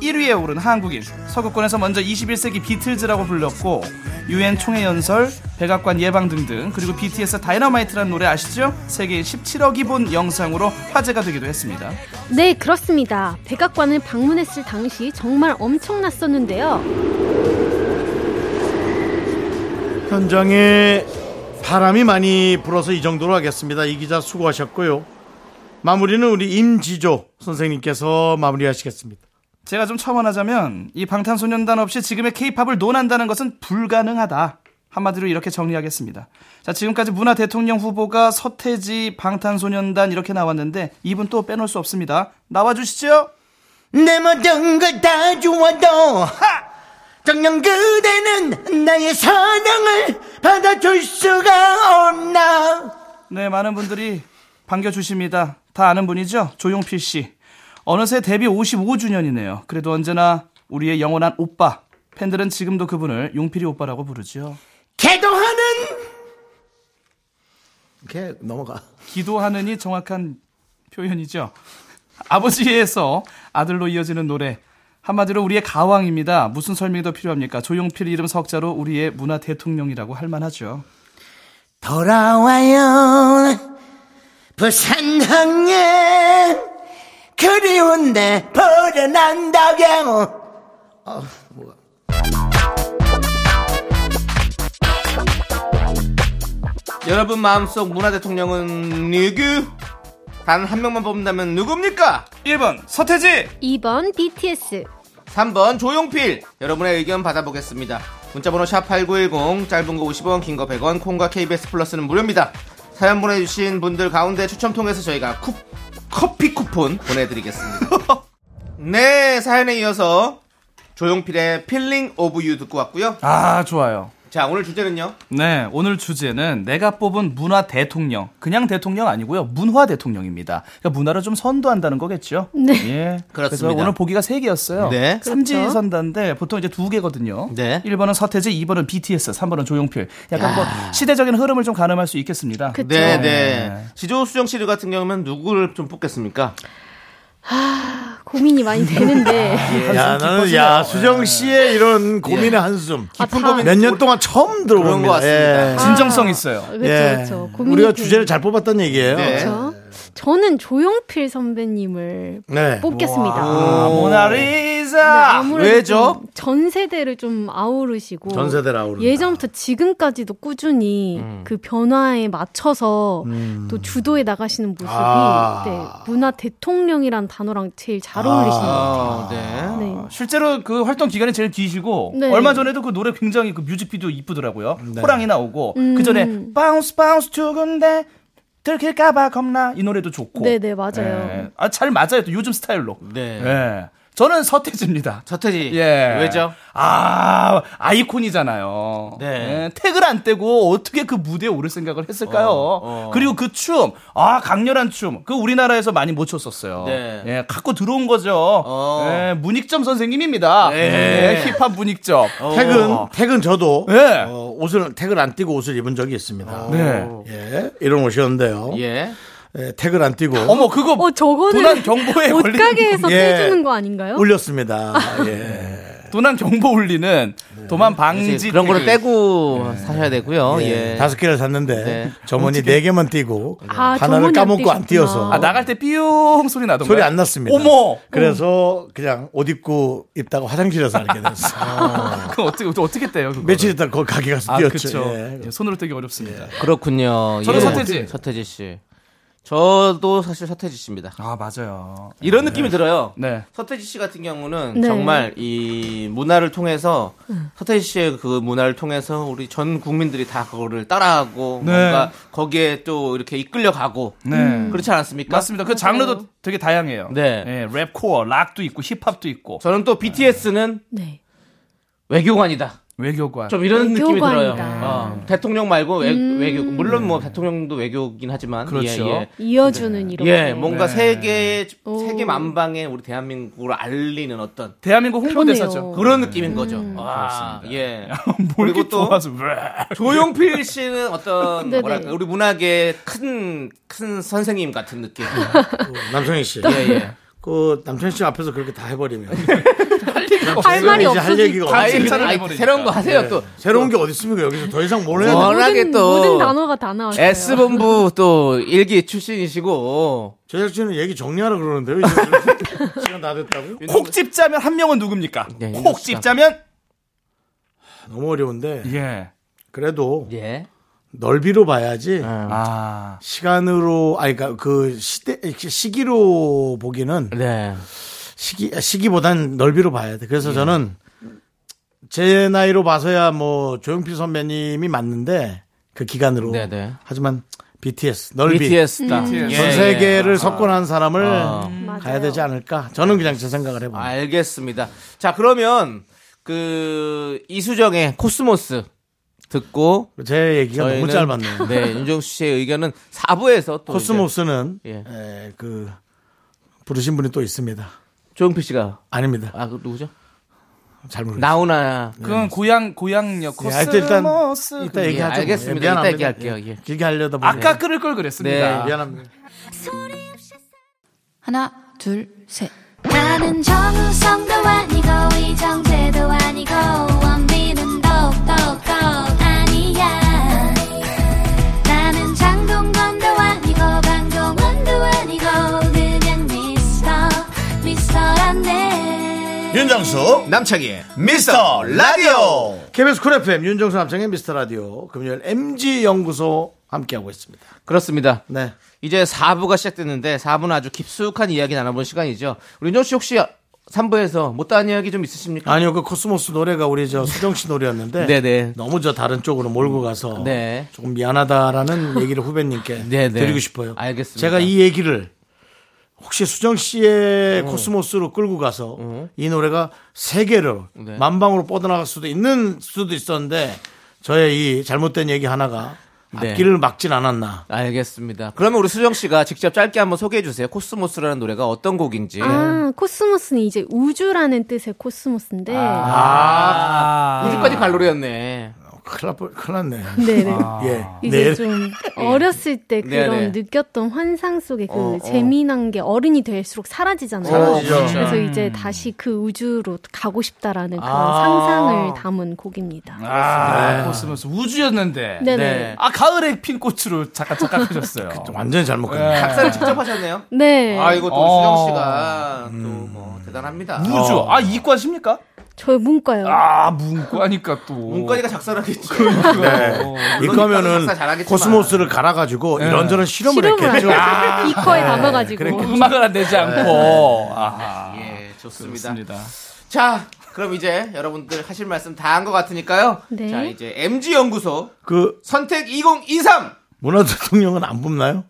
Speaker 8: 1위에 오른 한국인. 서구권에서 먼저 21세기 비틀즈라고 불렸고 유엔 총회 연설, 백악관 예방 등등 그리고 BTS 다이너마이트라는 노래 아시죠? 세계 17억이 본 영상으로 화제가 되기도 했습니다.
Speaker 9: 네, 그렇습니다. 백악관을 방문했을 당시 정말 엄청났었는데요.
Speaker 1: 현장에 바람이 많이 불어서 이 정도로 하겠습니다. 이 기자 수고하셨고요. 마무리는 우리 임지조 선생님께서 마무리하시겠습니다.
Speaker 8: 제가 좀 첨언하자면 이 방탄소년단 없이 지금의 케이팝을 논한다는 것은 불가능하다. 한마디로 이렇게 정리하겠습니다. 자, 지금까지 문화 대통령 후보가 서태지, 방탄소년단 이렇게 나왔는데 이분 또 빼놓을 수 없습니다. 나와 주시죠.
Speaker 10: 내 모든 걸 다 주어도 정녕 그대는 나의 사랑을 받아줄 수가 없나
Speaker 8: 네, 많은 분들이 반겨주십니다. 다 아는 분이죠? 조용필 씨. 어느새 데뷔 55주년이네요. 그래도 언제나 우리의 영원한 오빠. 팬들은 지금도 그분을 용필이 오빠라고 부르죠.
Speaker 10: 개도하는
Speaker 1: 이렇게 넘어가.
Speaker 8: 기도하느니 정확한 표현이죠. 아버지에서 아들로 이어지는 노래. 한마디로 우리의 가왕입니다. 무슨 설명이 더 필요합니까? 조용필 이름 석자로 우리의 문화 대통령이라고 할 만하죠.
Speaker 10: 돌아와요 부산항에 그리운데 버려난다고 어, 뭐가.
Speaker 2: 여러분 마음속 문화 대통령은 누구? 단 한 명만 뽑는다면 누굽니까?
Speaker 8: 1번 서태지
Speaker 9: 2번 BTS
Speaker 2: 3번 조용필 여러분의 의견 받아보겠습니다 문자번호 샵8910 짧은 거 50원 긴 거 100원 콩과 KBS 플러스는 무료입니다 사연 보내주신 분들 가운데 추첨 통해서 저희가 쿠- 커피
Speaker 8: (laughs)
Speaker 2: 쿠폰 보내드리겠습니다 네 사연에 이어서 조용필의 필링 오브 유 듣고 왔고요
Speaker 8: 아 좋아요
Speaker 2: 자 오늘 주제는요
Speaker 8: 네, 오늘 주제는 내가 뽑은 문화 대통령. 그냥 대통령 아니고요. 문화 대통령입니다. 그러니까 문화를 좀 선도한다는 거겠죠.
Speaker 9: 네.
Speaker 8: 예. 그래서 오늘 보기가 세 개였어요.
Speaker 2: 네.
Speaker 8: 삼지
Speaker 2: 그렇죠.
Speaker 8: 선다인데 보통 이제 두 개거든요.
Speaker 2: 네.
Speaker 8: 1번은 서태지, 2번은 BTS, 3번은 조용필. 약간 뭐 시대적인 흐름을 좀 가늠할 수 있겠습니다.
Speaker 2: 아. 네네 지조 수정 씨 같은 경우는 누구를 좀 뽑겠습니까?
Speaker 9: 아, 고민이 많이
Speaker 1: 네. (laughs)
Speaker 9: 되는데
Speaker 1: 야, 나는 야 수정 씨의 이런 고민의
Speaker 2: 예.
Speaker 1: 한숨.
Speaker 9: 깊은 아, 다- 고민.
Speaker 1: 몇 년 동안 처음 들어본 예.
Speaker 2: 것
Speaker 8: 아.
Speaker 2: 같습니다.
Speaker 8: 진정성 있어요.
Speaker 9: 그렇죠, 그쵸, 그쵸. 고민이
Speaker 1: 우리가
Speaker 9: 되는-
Speaker 1: 주제를 잘 뽑았던 얘기예요.
Speaker 8: 네.
Speaker 9: 그렇죠? 저는 조용필 선배님을
Speaker 1: 네.
Speaker 9: 뽑겠습니다.
Speaker 8: 아,
Speaker 9: 네,
Speaker 8: 모나리자.
Speaker 9: 아무래도 좀전 세대를 좀 아우르시고
Speaker 1: 전 세대를 아우른다. 음.
Speaker 9: 예전부터 지금까지도 꾸준히 그 변화에 맞춰서 또 주도해 나가시는 모습이
Speaker 1: 아.
Speaker 9: 네, 문화 대통령이란 단어랑 제일 잘 어울리시는
Speaker 2: 아,
Speaker 9: 것
Speaker 2: 네.
Speaker 9: 같아요.
Speaker 8: 실제로 그 활동 기간이 제일 길시고
Speaker 9: 네.
Speaker 8: 얼마 전에도 그 노래 굉장히 그 뮤직비디오 이쁘더라고요.
Speaker 2: 네.
Speaker 8: 호랑이
Speaker 1: 어,
Speaker 8: 나오고
Speaker 9: 음.
Speaker 8: 그 전에 바운스 바운스 죽은데 들킬까봐 겁나 이 노래도 좋고.
Speaker 9: 네, 네, 맞아요.
Speaker 8: 예. 아잘 맞아요. 또 요즘 스타일로.
Speaker 2: 네.
Speaker 8: 예. 저는 서태지입니다.
Speaker 2: 서태지.
Speaker 8: 예.
Speaker 2: 왜죠?
Speaker 8: 아 아이콘이잖아요.
Speaker 2: 네.
Speaker 8: 예, 태그를 안 떼고 어떻게 그 무대에 오를 생각을 했을까요?
Speaker 2: 어, 어.
Speaker 8: 그리고 그 춤, 아 강렬한 춤, 그 우리나라에서 많이 못 췄었어요.
Speaker 2: 네.
Speaker 8: 예, 갖고 들어온 거죠.
Speaker 2: 어.
Speaker 8: 예, 문익점 선생님입니다.
Speaker 2: 네. 어.
Speaker 8: 예, 힙합 문익점.
Speaker 1: 퇴근,
Speaker 8: 어.
Speaker 1: 퇴근 어. 저도
Speaker 8: 네.
Speaker 1: 어, 옷을 퇴근 안 띄고 옷을 입은 적이 있습니다.
Speaker 8: 네.
Speaker 1: 예, 이런 옷이었는데요.
Speaker 2: 예.
Speaker 1: 예, 퇴근 안 띄고
Speaker 8: 어머 그거
Speaker 9: 어, 저거는
Speaker 8: 도난 경보에 걸리는
Speaker 9: 옷가게에서
Speaker 1: 거. 예.
Speaker 9: 떼주는 거 아닌가요?
Speaker 1: 울렸습니다. 예.
Speaker 8: (laughs)
Speaker 1: 네.
Speaker 8: 도난 경보 울리는 도만 방지
Speaker 2: 그런 거를
Speaker 8: 태그.
Speaker 2: 떼고 사셔야 되고요. 예.
Speaker 1: 다섯 개를 샀는데
Speaker 2: 네.
Speaker 1: 점원이 네 개만 띄고
Speaker 9: 아, 점원이
Speaker 1: 하나를
Speaker 9: 안
Speaker 1: 까먹고 안
Speaker 9: 띄셨구나.
Speaker 1: 띄어서
Speaker 8: 아 나갈 때 삐용 소리 나던가
Speaker 1: 소리 안 났습니다.
Speaker 8: 어머
Speaker 1: 그래서 그냥 옷 입고 입다가 화장실에서 알게 됐어요.
Speaker 8: (laughs) 그 어떻게 어떻게 떼요? 그거를?
Speaker 1: 며칠 있다 거기 가게 가서
Speaker 8: 아
Speaker 1: 뛰었죠.
Speaker 8: 그렇죠.
Speaker 1: 예.
Speaker 8: 손으로 떼기 어렵습니다.
Speaker 2: 그렇군요.
Speaker 8: 저는
Speaker 2: 예.
Speaker 8: 서태지.
Speaker 2: 서태지 씨. 저도 사실 서태지 씨입니다.
Speaker 8: 아 맞아요.
Speaker 2: 이런 느낌이 들어요.
Speaker 8: 네.
Speaker 2: 서태지 씨 같은 경우는
Speaker 9: 네.
Speaker 2: 음, 정말 이 문화를 통해서 서태지 씨의 그 문화를 통해서 우리 전 국민들이 다 그거를 따라하고
Speaker 8: 네.
Speaker 2: 뭔가 거기에 또 이렇게 이끌려가고
Speaker 8: 네.
Speaker 2: 음, 그렇지 않았습니까? 음.
Speaker 8: 맞습니다. 그 장르도 되게 다양해요.
Speaker 2: 네.
Speaker 8: 예, 랩 코어, 락도 있고 힙합도 있고
Speaker 2: 저는 또 BTS는
Speaker 9: 네.
Speaker 2: 외교관이다.
Speaker 8: 외교관.
Speaker 2: 좀 이런 느낌이 들어요.
Speaker 9: 외교관이다. 음.
Speaker 2: 어, 대통령 말고 외, 외교 물론 뭐 대통령도 외교긴 하지만
Speaker 8: 그렇죠.
Speaker 2: 예,
Speaker 9: 이어주는
Speaker 2: 예.
Speaker 9: 이런.
Speaker 2: 예, 뭔가
Speaker 8: 네.
Speaker 2: 세계
Speaker 9: 오.
Speaker 2: 세계 만방에 우리 대한민국을 알리는 어떤
Speaker 8: 대한민국
Speaker 9: 그러네요. 음.
Speaker 8: 홍보대사죠.
Speaker 2: 그런 느낌인 거죠. 와, 예.
Speaker 8: (laughs) 뭘
Speaker 2: 그리고
Speaker 8: 이렇게
Speaker 2: 또
Speaker 8: 좋아서
Speaker 2: 조용필 씨는 어떤
Speaker 9: (laughs) 네네.
Speaker 2: 뭐랄까 우리 문학의 큰큰 선생님 같은 느낌.
Speaker 1: 음, 남성희 씨.
Speaker 2: 예, 예.
Speaker 1: 그 남성희 씨 앞에서 그렇게 다 해버리면
Speaker 9: (laughs) 할 말이
Speaker 1: 이제 할
Speaker 9: 없어지니까.
Speaker 1: 얘기가
Speaker 2: 아,
Speaker 1: 없어요.
Speaker 2: 이
Speaker 8: 칭찬을 해버리니까. 네.
Speaker 2: 새로운 거 하세요 또.
Speaker 1: 새로운 게 어디 있습니까? 여기서 더 이상 뭘 해야
Speaker 2: 뭐?
Speaker 1: 되나?
Speaker 2: 워낙에
Speaker 9: 모든,
Speaker 2: 또
Speaker 9: 모든 단어가 다 나왔어요.
Speaker 2: S 본부 또 일기 출신이시고
Speaker 1: 제작진은 얘기 정리하라 그러는데요. 이제 시간 다 (laughs) 됐다고요?
Speaker 8: 콕 집자면 한 명은 누굽니까?
Speaker 1: 예,
Speaker 2: 네,
Speaker 8: 콕
Speaker 2: 윤정수 씨.
Speaker 8: 집자면
Speaker 1: 너무 어려운데
Speaker 8: 예.
Speaker 1: 그래도
Speaker 2: 예. 음.
Speaker 1: 넓이로 봐야지
Speaker 8: 아.
Speaker 1: 시간으로 아니 그러니까 그 시대 시기로 보기는
Speaker 2: 네.
Speaker 1: 시기 시기보단 넓이로 봐야 돼.
Speaker 2: 예.
Speaker 1: 그래서 저는 제 나이로 봐서야 뭐 조용필 선배님이 맞는데 그 기간으로
Speaker 2: 네네.
Speaker 1: 하지만 BTS 넓이 예.
Speaker 2: BTS다.
Speaker 8: 음.
Speaker 2: 어.
Speaker 1: 전
Speaker 2: 예.
Speaker 8: 예.
Speaker 2: 아.
Speaker 1: 세계를 석권한 사람을
Speaker 9: 맞아요.
Speaker 1: 가야 되지 않을까? 저는 그냥 제 생각을 해봅니다.
Speaker 2: 알겠습니다. 자, 그러면 그 이수정의 코스모스 듣고
Speaker 1: 제 얘기가 너무 짧았네요.
Speaker 2: 네, 윤정수 씨의 의견은 4부에서 또
Speaker 1: 코스모스는
Speaker 2: 예.
Speaker 1: 에, 그 부르신 분이 또 있습니다.
Speaker 2: 이제 조용필 씨가
Speaker 1: 아닙니다.
Speaker 2: 아, 그 누구죠?
Speaker 1: 잘 모르겠어요.
Speaker 2: 나훈아.
Speaker 8: 그건 고향 고향역
Speaker 2: 네,
Speaker 1: 예, 하여튼 일단
Speaker 8: 코스모스.
Speaker 1: 이따
Speaker 2: 예,
Speaker 1: 얘기하죠.
Speaker 2: 알겠습니다.
Speaker 1: 예, 미안합니다.
Speaker 2: 이따 얘기할게요. 예.
Speaker 1: 길게 하려다 보니
Speaker 8: 아까 끊을 걸 그랬습니다.
Speaker 2: 네,
Speaker 1: 미안합니다.
Speaker 4: 하나, 둘, 셋.
Speaker 11: 나는 정우성도 아니고 이정재도 아니고 원빈은 더욱더 아니야 나는 장동건도 아니고 방종원도 아니고 그냥 미스터 미스터란데
Speaker 1: 윤정수
Speaker 12: 남창희의
Speaker 1: 미스터 라디오 KBS 쿨 FM 윤정수 남창의 미스터 라디오 금요일 MG 연구소 함께하고 있습니다.
Speaker 2: 그렇습니다.
Speaker 1: 네.
Speaker 2: 이제 4부가 시작됐는데 4부는 아주 깊숙한 이야기 나눠본 시간이죠. 우리 윤정 씨 혹시 3부에서 못다한 이야기 좀 있으십니까?
Speaker 1: 아니요 그 코스모스 노래가 우리 저 수정 씨 노래였는데
Speaker 2: 네네.
Speaker 1: 너무 저 다른 쪽으로 몰고 가서
Speaker 2: 네.
Speaker 1: 조금
Speaker 2: (laughs)
Speaker 1: 미안하다라는 얘기를 후배님께
Speaker 2: 네네.
Speaker 1: 드리고 싶어요.
Speaker 2: 알겠습니다.
Speaker 1: 제가 이 얘기를 혹시 수정
Speaker 2: 어.
Speaker 1: 씨의 코스모스로 끌고 가서 이 노래가 세계로
Speaker 2: 네.
Speaker 1: 만방으로 뻗어나갈 수도 있는 수도 있었는데 저의 이 잘못된 얘기 하나가
Speaker 2: 네.
Speaker 1: 앞길을 막진 않았나.
Speaker 2: 알겠습니다. 그러면 우리 수정 씨가 직접 짧게 한번 소개해 주세요. 코스모스라는 노래가 어떤 곡인지.
Speaker 9: 아, 코스모스는 이제 우주라는 뜻의 코스모스인데.
Speaker 2: 아, 우주까지 갈 노래였네.
Speaker 1: 큰일 났- 큰일 났네.
Speaker 9: 네네.
Speaker 1: 아. 예.
Speaker 9: 이제
Speaker 1: 네.
Speaker 9: 좀 어렸을 때 그런
Speaker 1: 네네.
Speaker 9: 느꼈던 환상 속의 그
Speaker 1: 어, 어.
Speaker 9: 재미난 게 어른이 될수록 사라지잖아요.
Speaker 1: 사라지죠.
Speaker 9: 그래서
Speaker 1: 음.
Speaker 9: 이제 다시 그 우주로 가고 싶다라는 그런
Speaker 8: 아.
Speaker 9: 상상을 담은 곡입니다.
Speaker 8: 아,
Speaker 1: 네.
Speaker 8: 코스모스 우주였는데.
Speaker 9: 네네. 네.
Speaker 8: 아, 가을에 핀 꽃으로 잠깐
Speaker 2: (laughs)
Speaker 8: 착각하셨어요.
Speaker 1: 완전히 잘못 갔네.
Speaker 2: 작사를 직접 하셨네요.
Speaker 9: 네.
Speaker 2: 아, 이거 또
Speaker 8: 어.
Speaker 2: 수정 씨가 또 뭐
Speaker 1: 음.
Speaker 2: 대단합니다.
Speaker 8: 우주.
Speaker 2: 어.
Speaker 8: 아, 이과십니까?
Speaker 9: 저 문과요.
Speaker 8: 아, 문과니까 또.
Speaker 2: 문과니까 작사를 하겠죠. 어.
Speaker 1: 네. 이거면은
Speaker 2: 작사 잘하겠지만. 네.
Speaker 1: 코스모스를 갈아가지고 이런저런 실험을, 했겠죠. 아. 네.
Speaker 9: 하죠. (laughs) 이커에 담아가지고.
Speaker 8: 음악을 안 내지 않고. 아하.
Speaker 2: 예, 좋습니다.
Speaker 8: 그렇습니다.
Speaker 2: 자, 그럼 이제 여러분들 하실 말씀 다 한 것 같으니까요.
Speaker 9: 네.
Speaker 2: 자, 이제 MG 연구소
Speaker 1: 그
Speaker 2: 선택 2023
Speaker 1: 문화 대통령은 안 뽑나요?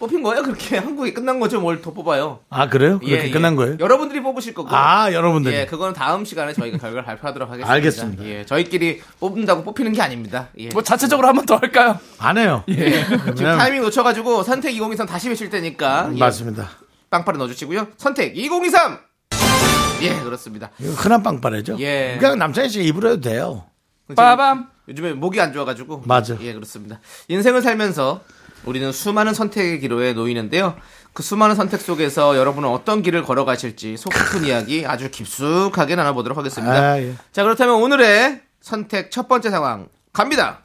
Speaker 2: 뽑힌 거예요? 그렇게 (laughs) 한국이 끝난 거죠? 뭘 더 뽑아요?
Speaker 1: 아 그래요? 그렇게
Speaker 2: 예,
Speaker 1: 끝난
Speaker 2: 예.
Speaker 1: 거예요?
Speaker 2: 여러분들이 뽑으실 거고.
Speaker 1: 아, 여러분들이.
Speaker 2: 예, 그거는 다음 시간에 저희가 결과를 발표하도록 하겠습니다.
Speaker 1: 알겠습니다.
Speaker 2: 예, 저희끼리 뽑는다고 뽑히는 게 아닙니다. 예.
Speaker 8: 뭐 자체적으로 한 번 더 할까요?
Speaker 1: 안 해요.
Speaker 2: 지금
Speaker 1: 왜냐면-
Speaker 2: 타이밍 놓쳐가지고 선택 2023 다시 외칠 때니까. 예,
Speaker 1: 맞습니다.
Speaker 2: 빵빠를 넣어주시고요. 선택 2023! 예, 그렇습니다.
Speaker 1: 이거 흔한 빵빠레죠.
Speaker 2: 예.
Speaker 1: 그냥 남창희 씨 입으로 해도 돼요.
Speaker 2: 빠밤! 요즘에 목이 안 좋아가지고.
Speaker 1: 맞아.
Speaker 2: 예, 그렇습니다. 인생을 살면서 우리는 수많은 선택의 기로에 놓이는데요. 그 수많은 선택 속에서 여러분은 어떤 길을 걸어가실지 속 깊은 이야기 아주 깊숙하게 나눠보도록 하겠습니다.
Speaker 1: 아, 예.
Speaker 2: 자, 그렇다면 오늘의 선택 첫 번째 상황 갑니다.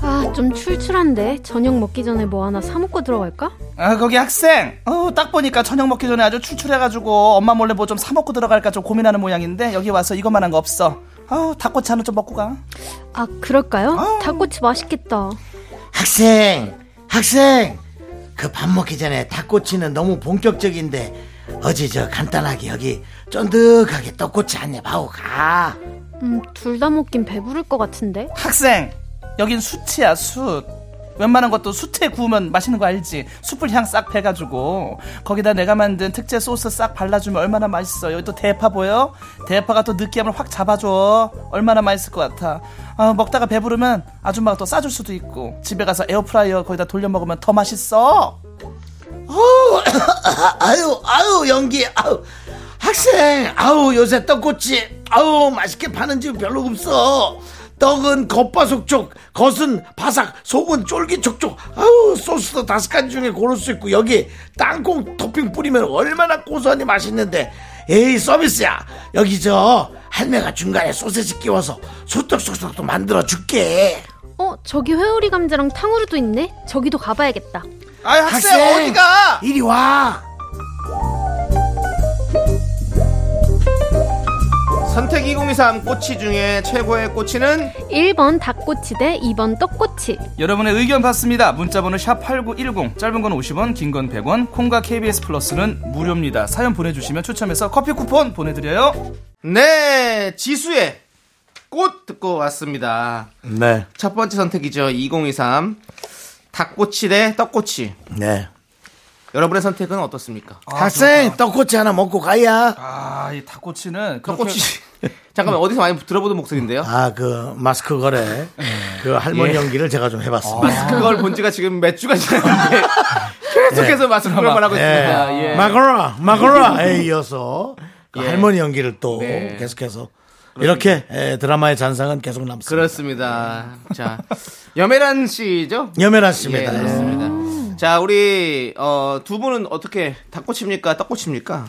Speaker 9: 아, 좀 출출한데 저녁 먹기 전에 뭐 하나 사 먹고 들어갈까?
Speaker 8: 아, 거기 학생. 어, 딱 보니까 저녁 먹기 전에 아주 출출해가지고 엄마 몰래 뭐 좀 사먹고 들어갈까 좀 고민하는 모양인데 여기 와서 이것만 한 거 없어. 아, 닭꼬치 하나 좀 먹고 가.
Speaker 9: 아, 그럴까요? 닭꼬치 맛있겠다.
Speaker 10: 학생, 학생. 그 밥 먹기 전에 닭꼬치는 너무 본격적인데 어제 저 간단하게 여기 쫀득하게 떡꼬치 한 입 하고 가.
Speaker 9: 음, 둘 다 먹긴 배부를 것 같은데.
Speaker 8: 학생, 여긴 수치야, 숯. 웬만한 것도 숯에 구우면 맛있는 거 알지? 숯불 향 싹 배가지고 거기다 내가 만든 특제 소스 싹 발라주면 얼마나 맛있어. 여기 또 대파 보여? 대파가 또 느끼함을 확 잡아줘. 얼마나 맛있을 것 같아. 아, 먹다가 배부르면 아줌마가 또 싸줄 수도 있고 집에 가서 에어프라이어 거기다 돌려 먹으면 더 맛있어.
Speaker 10: 아우, (coughs) 아유, 아유, 연기, 아우. 학생, 아우, 요새 떡꼬치, 아우, 맛있게 파는 집 별로 없어. 떡은 겉바속촉, 겉은 바삭, 속은 쫄깃촉촉, 아우, 소스도 다섯 가지 중에 고를 수 있고, 여기 땅콩 토핑 뿌리면 얼마나 고소하니 맛있는데, 에이, 서비스야. 여기 저, 할매가 중간에 소세지 끼워서 소떡소떡도 만들어 줄게.
Speaker 9: 어, 저기 회오리 감자랑 탕후루도 있네. 저기도 가봐야겠다.
Speaker 8: 아, 학생, 어디가?
Speaker 10: 이리 와.
Speaker 2: 선택 2023 꼬치 그 중에 최고의 꼬치는
Speaker 9: 1번 닭꼬치 대 2번 떡꼬치.
Speaker 8: 여러분의 의견 받습니다. 문자번호 샵 8910, 짧은 건 50원, 긴 건 100원, 콩과 KBS 플러스는 무료입니다. 사연 보내주시면 추첨해서 커피 쿠폰 보내드려요.
Speaker 2: 네 지수의 꽃 듣고 왔습니다.
Speaker 1: 네.
Speaker 2: 첫 번째 선택이죠. 2023 닭꼬치 대 떡꼬치.
Speaker 1: 네.
Speaker 2: 여러분의 선택은 어떻습니까?
Speaker 1: 학생, 떡꼬치 하나 먹고 가야.
Speaker 8: 아, 이 닭꼬치는
Speaker 2: 떡꼬치. 잠깐만 어디서 많이 들어보던 목소리인데요.
Speaker 1: 아, 그 마스크 거래. 그 할머니
Speaker 2: 예.
Speaker 1: 연기를 제가 좀 해봤습니다.
Speaker 2: 마스크 걸 본지가 지금 몇 주가 지났는데 계속해서 마스크 걸 말하고 있습니다. 예.
Speaker 1: 마거라,
Speaker 10: (laughs)
Speaker 1: 마거라에 이어서 그
Speaker 2: 예.
Speaker 1: 할머니 연기를 또
Speaker 2: 네.
Speaker 1: 계속해서 이렇게 에, 드라마의 잔상은 계속 남습니다.
Speaker 2: 그렇습니다. 자, 여메란 씨죠?
Speaker 1: 여메란 씨입니다.
Speaker 2: 예, 그렇습니다. 자, 우리 어, 두 분은 어떻게 닭꼬치입니까? 떡꼬치입니까?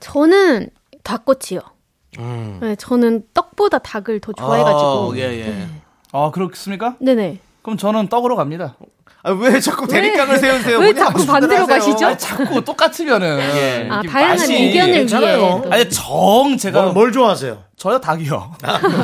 Speaker 9: 저는 닭꼬치요. 네, 저는 떡보다 닭을 더 좋아해가지고. 네,
Speaker 2: 어, 음. 예, 예.
Speaker 8: 아, 그렇습니까?
Speaker 9: 네네.
Speaker 8: 그럼 저는 떡으로 갑니다.
Speaker 2: 아, 왜 자꾸 대립각을 세우세요?
Speaker 9: 왜
Speaker 2: 혼자
Speaker 9: 자꾸
Speaker 2: 하고
Speaker 9: 반대로
Speaker 2: 싶은 대로 하세요.
Speaker 9: 가시죠?
Speaker 2: 아니,
Speaker 8: 자꾸 똑같으면은
Speaker 9: 아, 다양한 의견을 위해 그러니까. 또.
Speaker 8: 아니 정 제가
Speaker 1: 뭘, 뭘 좋아하세요?
Speaker 8: 저요 닭이요.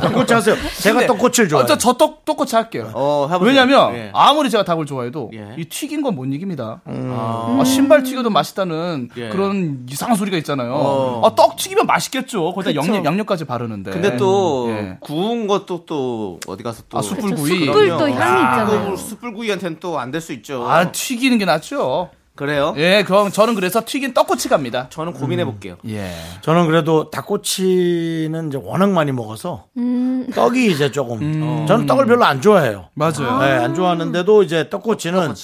Speaker 1: 똑같이 하세요. 제가
Speaker 8: 근데
Speaker 1: 떡꼬치를 좋아해요.
Speaker 8: 어, 저, 저 떡, 떡꼬치 할게요.
Speaker 1: 해보세요.
Speaker 8: 왜냐면
Speaker 1: 예.
Speaker 8: 아무리 제가 닭을 좋아해도 이 튀긴 건 못 이깁니다. 아, 신발 튀겨도 맛있다는
Speaker 2: 예.
Speaker 8: 그런 이상한 소리가 있잖아요.
Speaker 2: 어.
Speaker 8: 아, 떡 튀기면 맛있겠죠. 거기다
Speaker 2: 그쵸.
Speaker 8: 양념, 양념까지 바르는데.
Speaker 2: 근데 또
Speaker 8: 네. 예.
Speaker 2: 구운 것도 또 어디 가서 또 그렇죠.
Speaker 8: 아, 숯불구이.
Speaker 2: 그럼요.
Speaker 8: 숯불도 향이
Speaker 2: 아,
Speaker 8: 있잖아요.
Speaker 2: 그 숯불구이한테는 또 안 될 수 있죠.
Speaker 8: 아, 튀기는 게 낫죠.
Speaker 2: 그래요?
Speaker 8: 예, 그럼 저는 그래서 튀긴 떡꼬치 갑니다.
Speaker 2: 저는 고민해 볼게요.
Speaker 8: 예.
Speaker 1: 저는 그래도 닭꼬치는 이제 워낙 많이 먹어서
Speaker 9: 음.
Speaker 1: 떡이 이제 조금 어, 저는 떡을 별로 안 좋아해요.
Speaker 8: 맞아요.
Speaker 1: 네, 안 좋아하는데도 이제 떡꼬치는,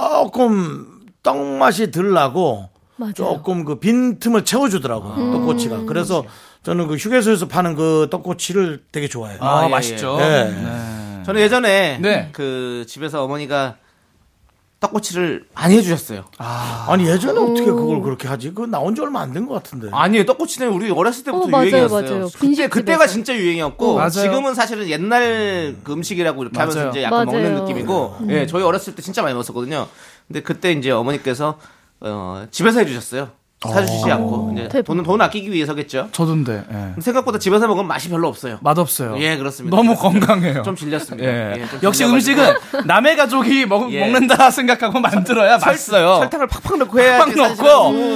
Speaker 1: 조금 떡 맛이 덜 나고
Speaker 9: 맞아요.
Speaker 1: 조금 그 빈틈을 채워주더라고요.
Speaker 9: 음.
Speaker 1: 떡꼬치가. 그래서 저는 그 휴게소에서 파는 그 떡꼬치를 되게 좋아해요.
Speaker 2: 아, 아, 예, 맛있죠. 예.
Speaker 1: 네.
Speaker 2: 저는 예전에 그 집에서 어머니가 떡꼬치를 많이 해주셨어요.
Speaker 1: 아. 니 예전에 어떻게 그걸 그렇게 하지? 그거 나온 지 얼마 안 된 것 같은데.
Speaker 8: 네.
Speaker 2: 아니에요. 떡꼬치는 우리 어렸을 때부터
Speaker 1: 어, 맞아요,
Speaker 2: 유행이었어요.
Speaker 1: 맞아요.
Speaker 2: 그때, 그때가 진짜
Speaker 1: 어,
Speaker 2: 유행이었고
Speaker 1: 맞아요.
Speaker 2: 지금은 사실은 옛날 그 음식이라고 이렇게
Speaker 1: 맞아요.
Speaker 2: 하면서 이제 약간
Speaker 1: 맞아요.
Speaker 2: 먹는 느낌이고
Speaker 1: 음.
Speaker 2: 예, 저희 어렸을 때 진짜 많이 먹었거든요. 근데 그때 이제 어머니께서 어, 집에서 해주셨어요. 사주시지 않고 이제
Speaker 8: 대박.
Speaker 2: 돈은 돈 아끼기 위해서겠죠.
Speaker 8: 저도인데. 예.
Speaker 2: 생각보다 집에서 먹으면 맛이 별로 없어요.
Speaker 8: 맛없어요.
Speaker 2: 예, 그렇습니다.
Speaker 8: 너무
Speaker 2: 그렇습니다.
Speaker 8: 건강해요.
Speaker 2: 좀 질렸습니다.
Speaker 8: 예.
Speaker 2: 예, 좀
Speaker 8: 역시
Speaker 2: 질려가지고.
Speaker 8: 음식은 남의 가족이 먹,
Speaker 2: 예.
Speaker 8: 먹는다 (laughs) 생각하고 만들어야 맛있어요.
Speaker 2: 설탕을 팍팍 넣고 해야지.
Speaker 8: 팍팍
Speaker 2: 음,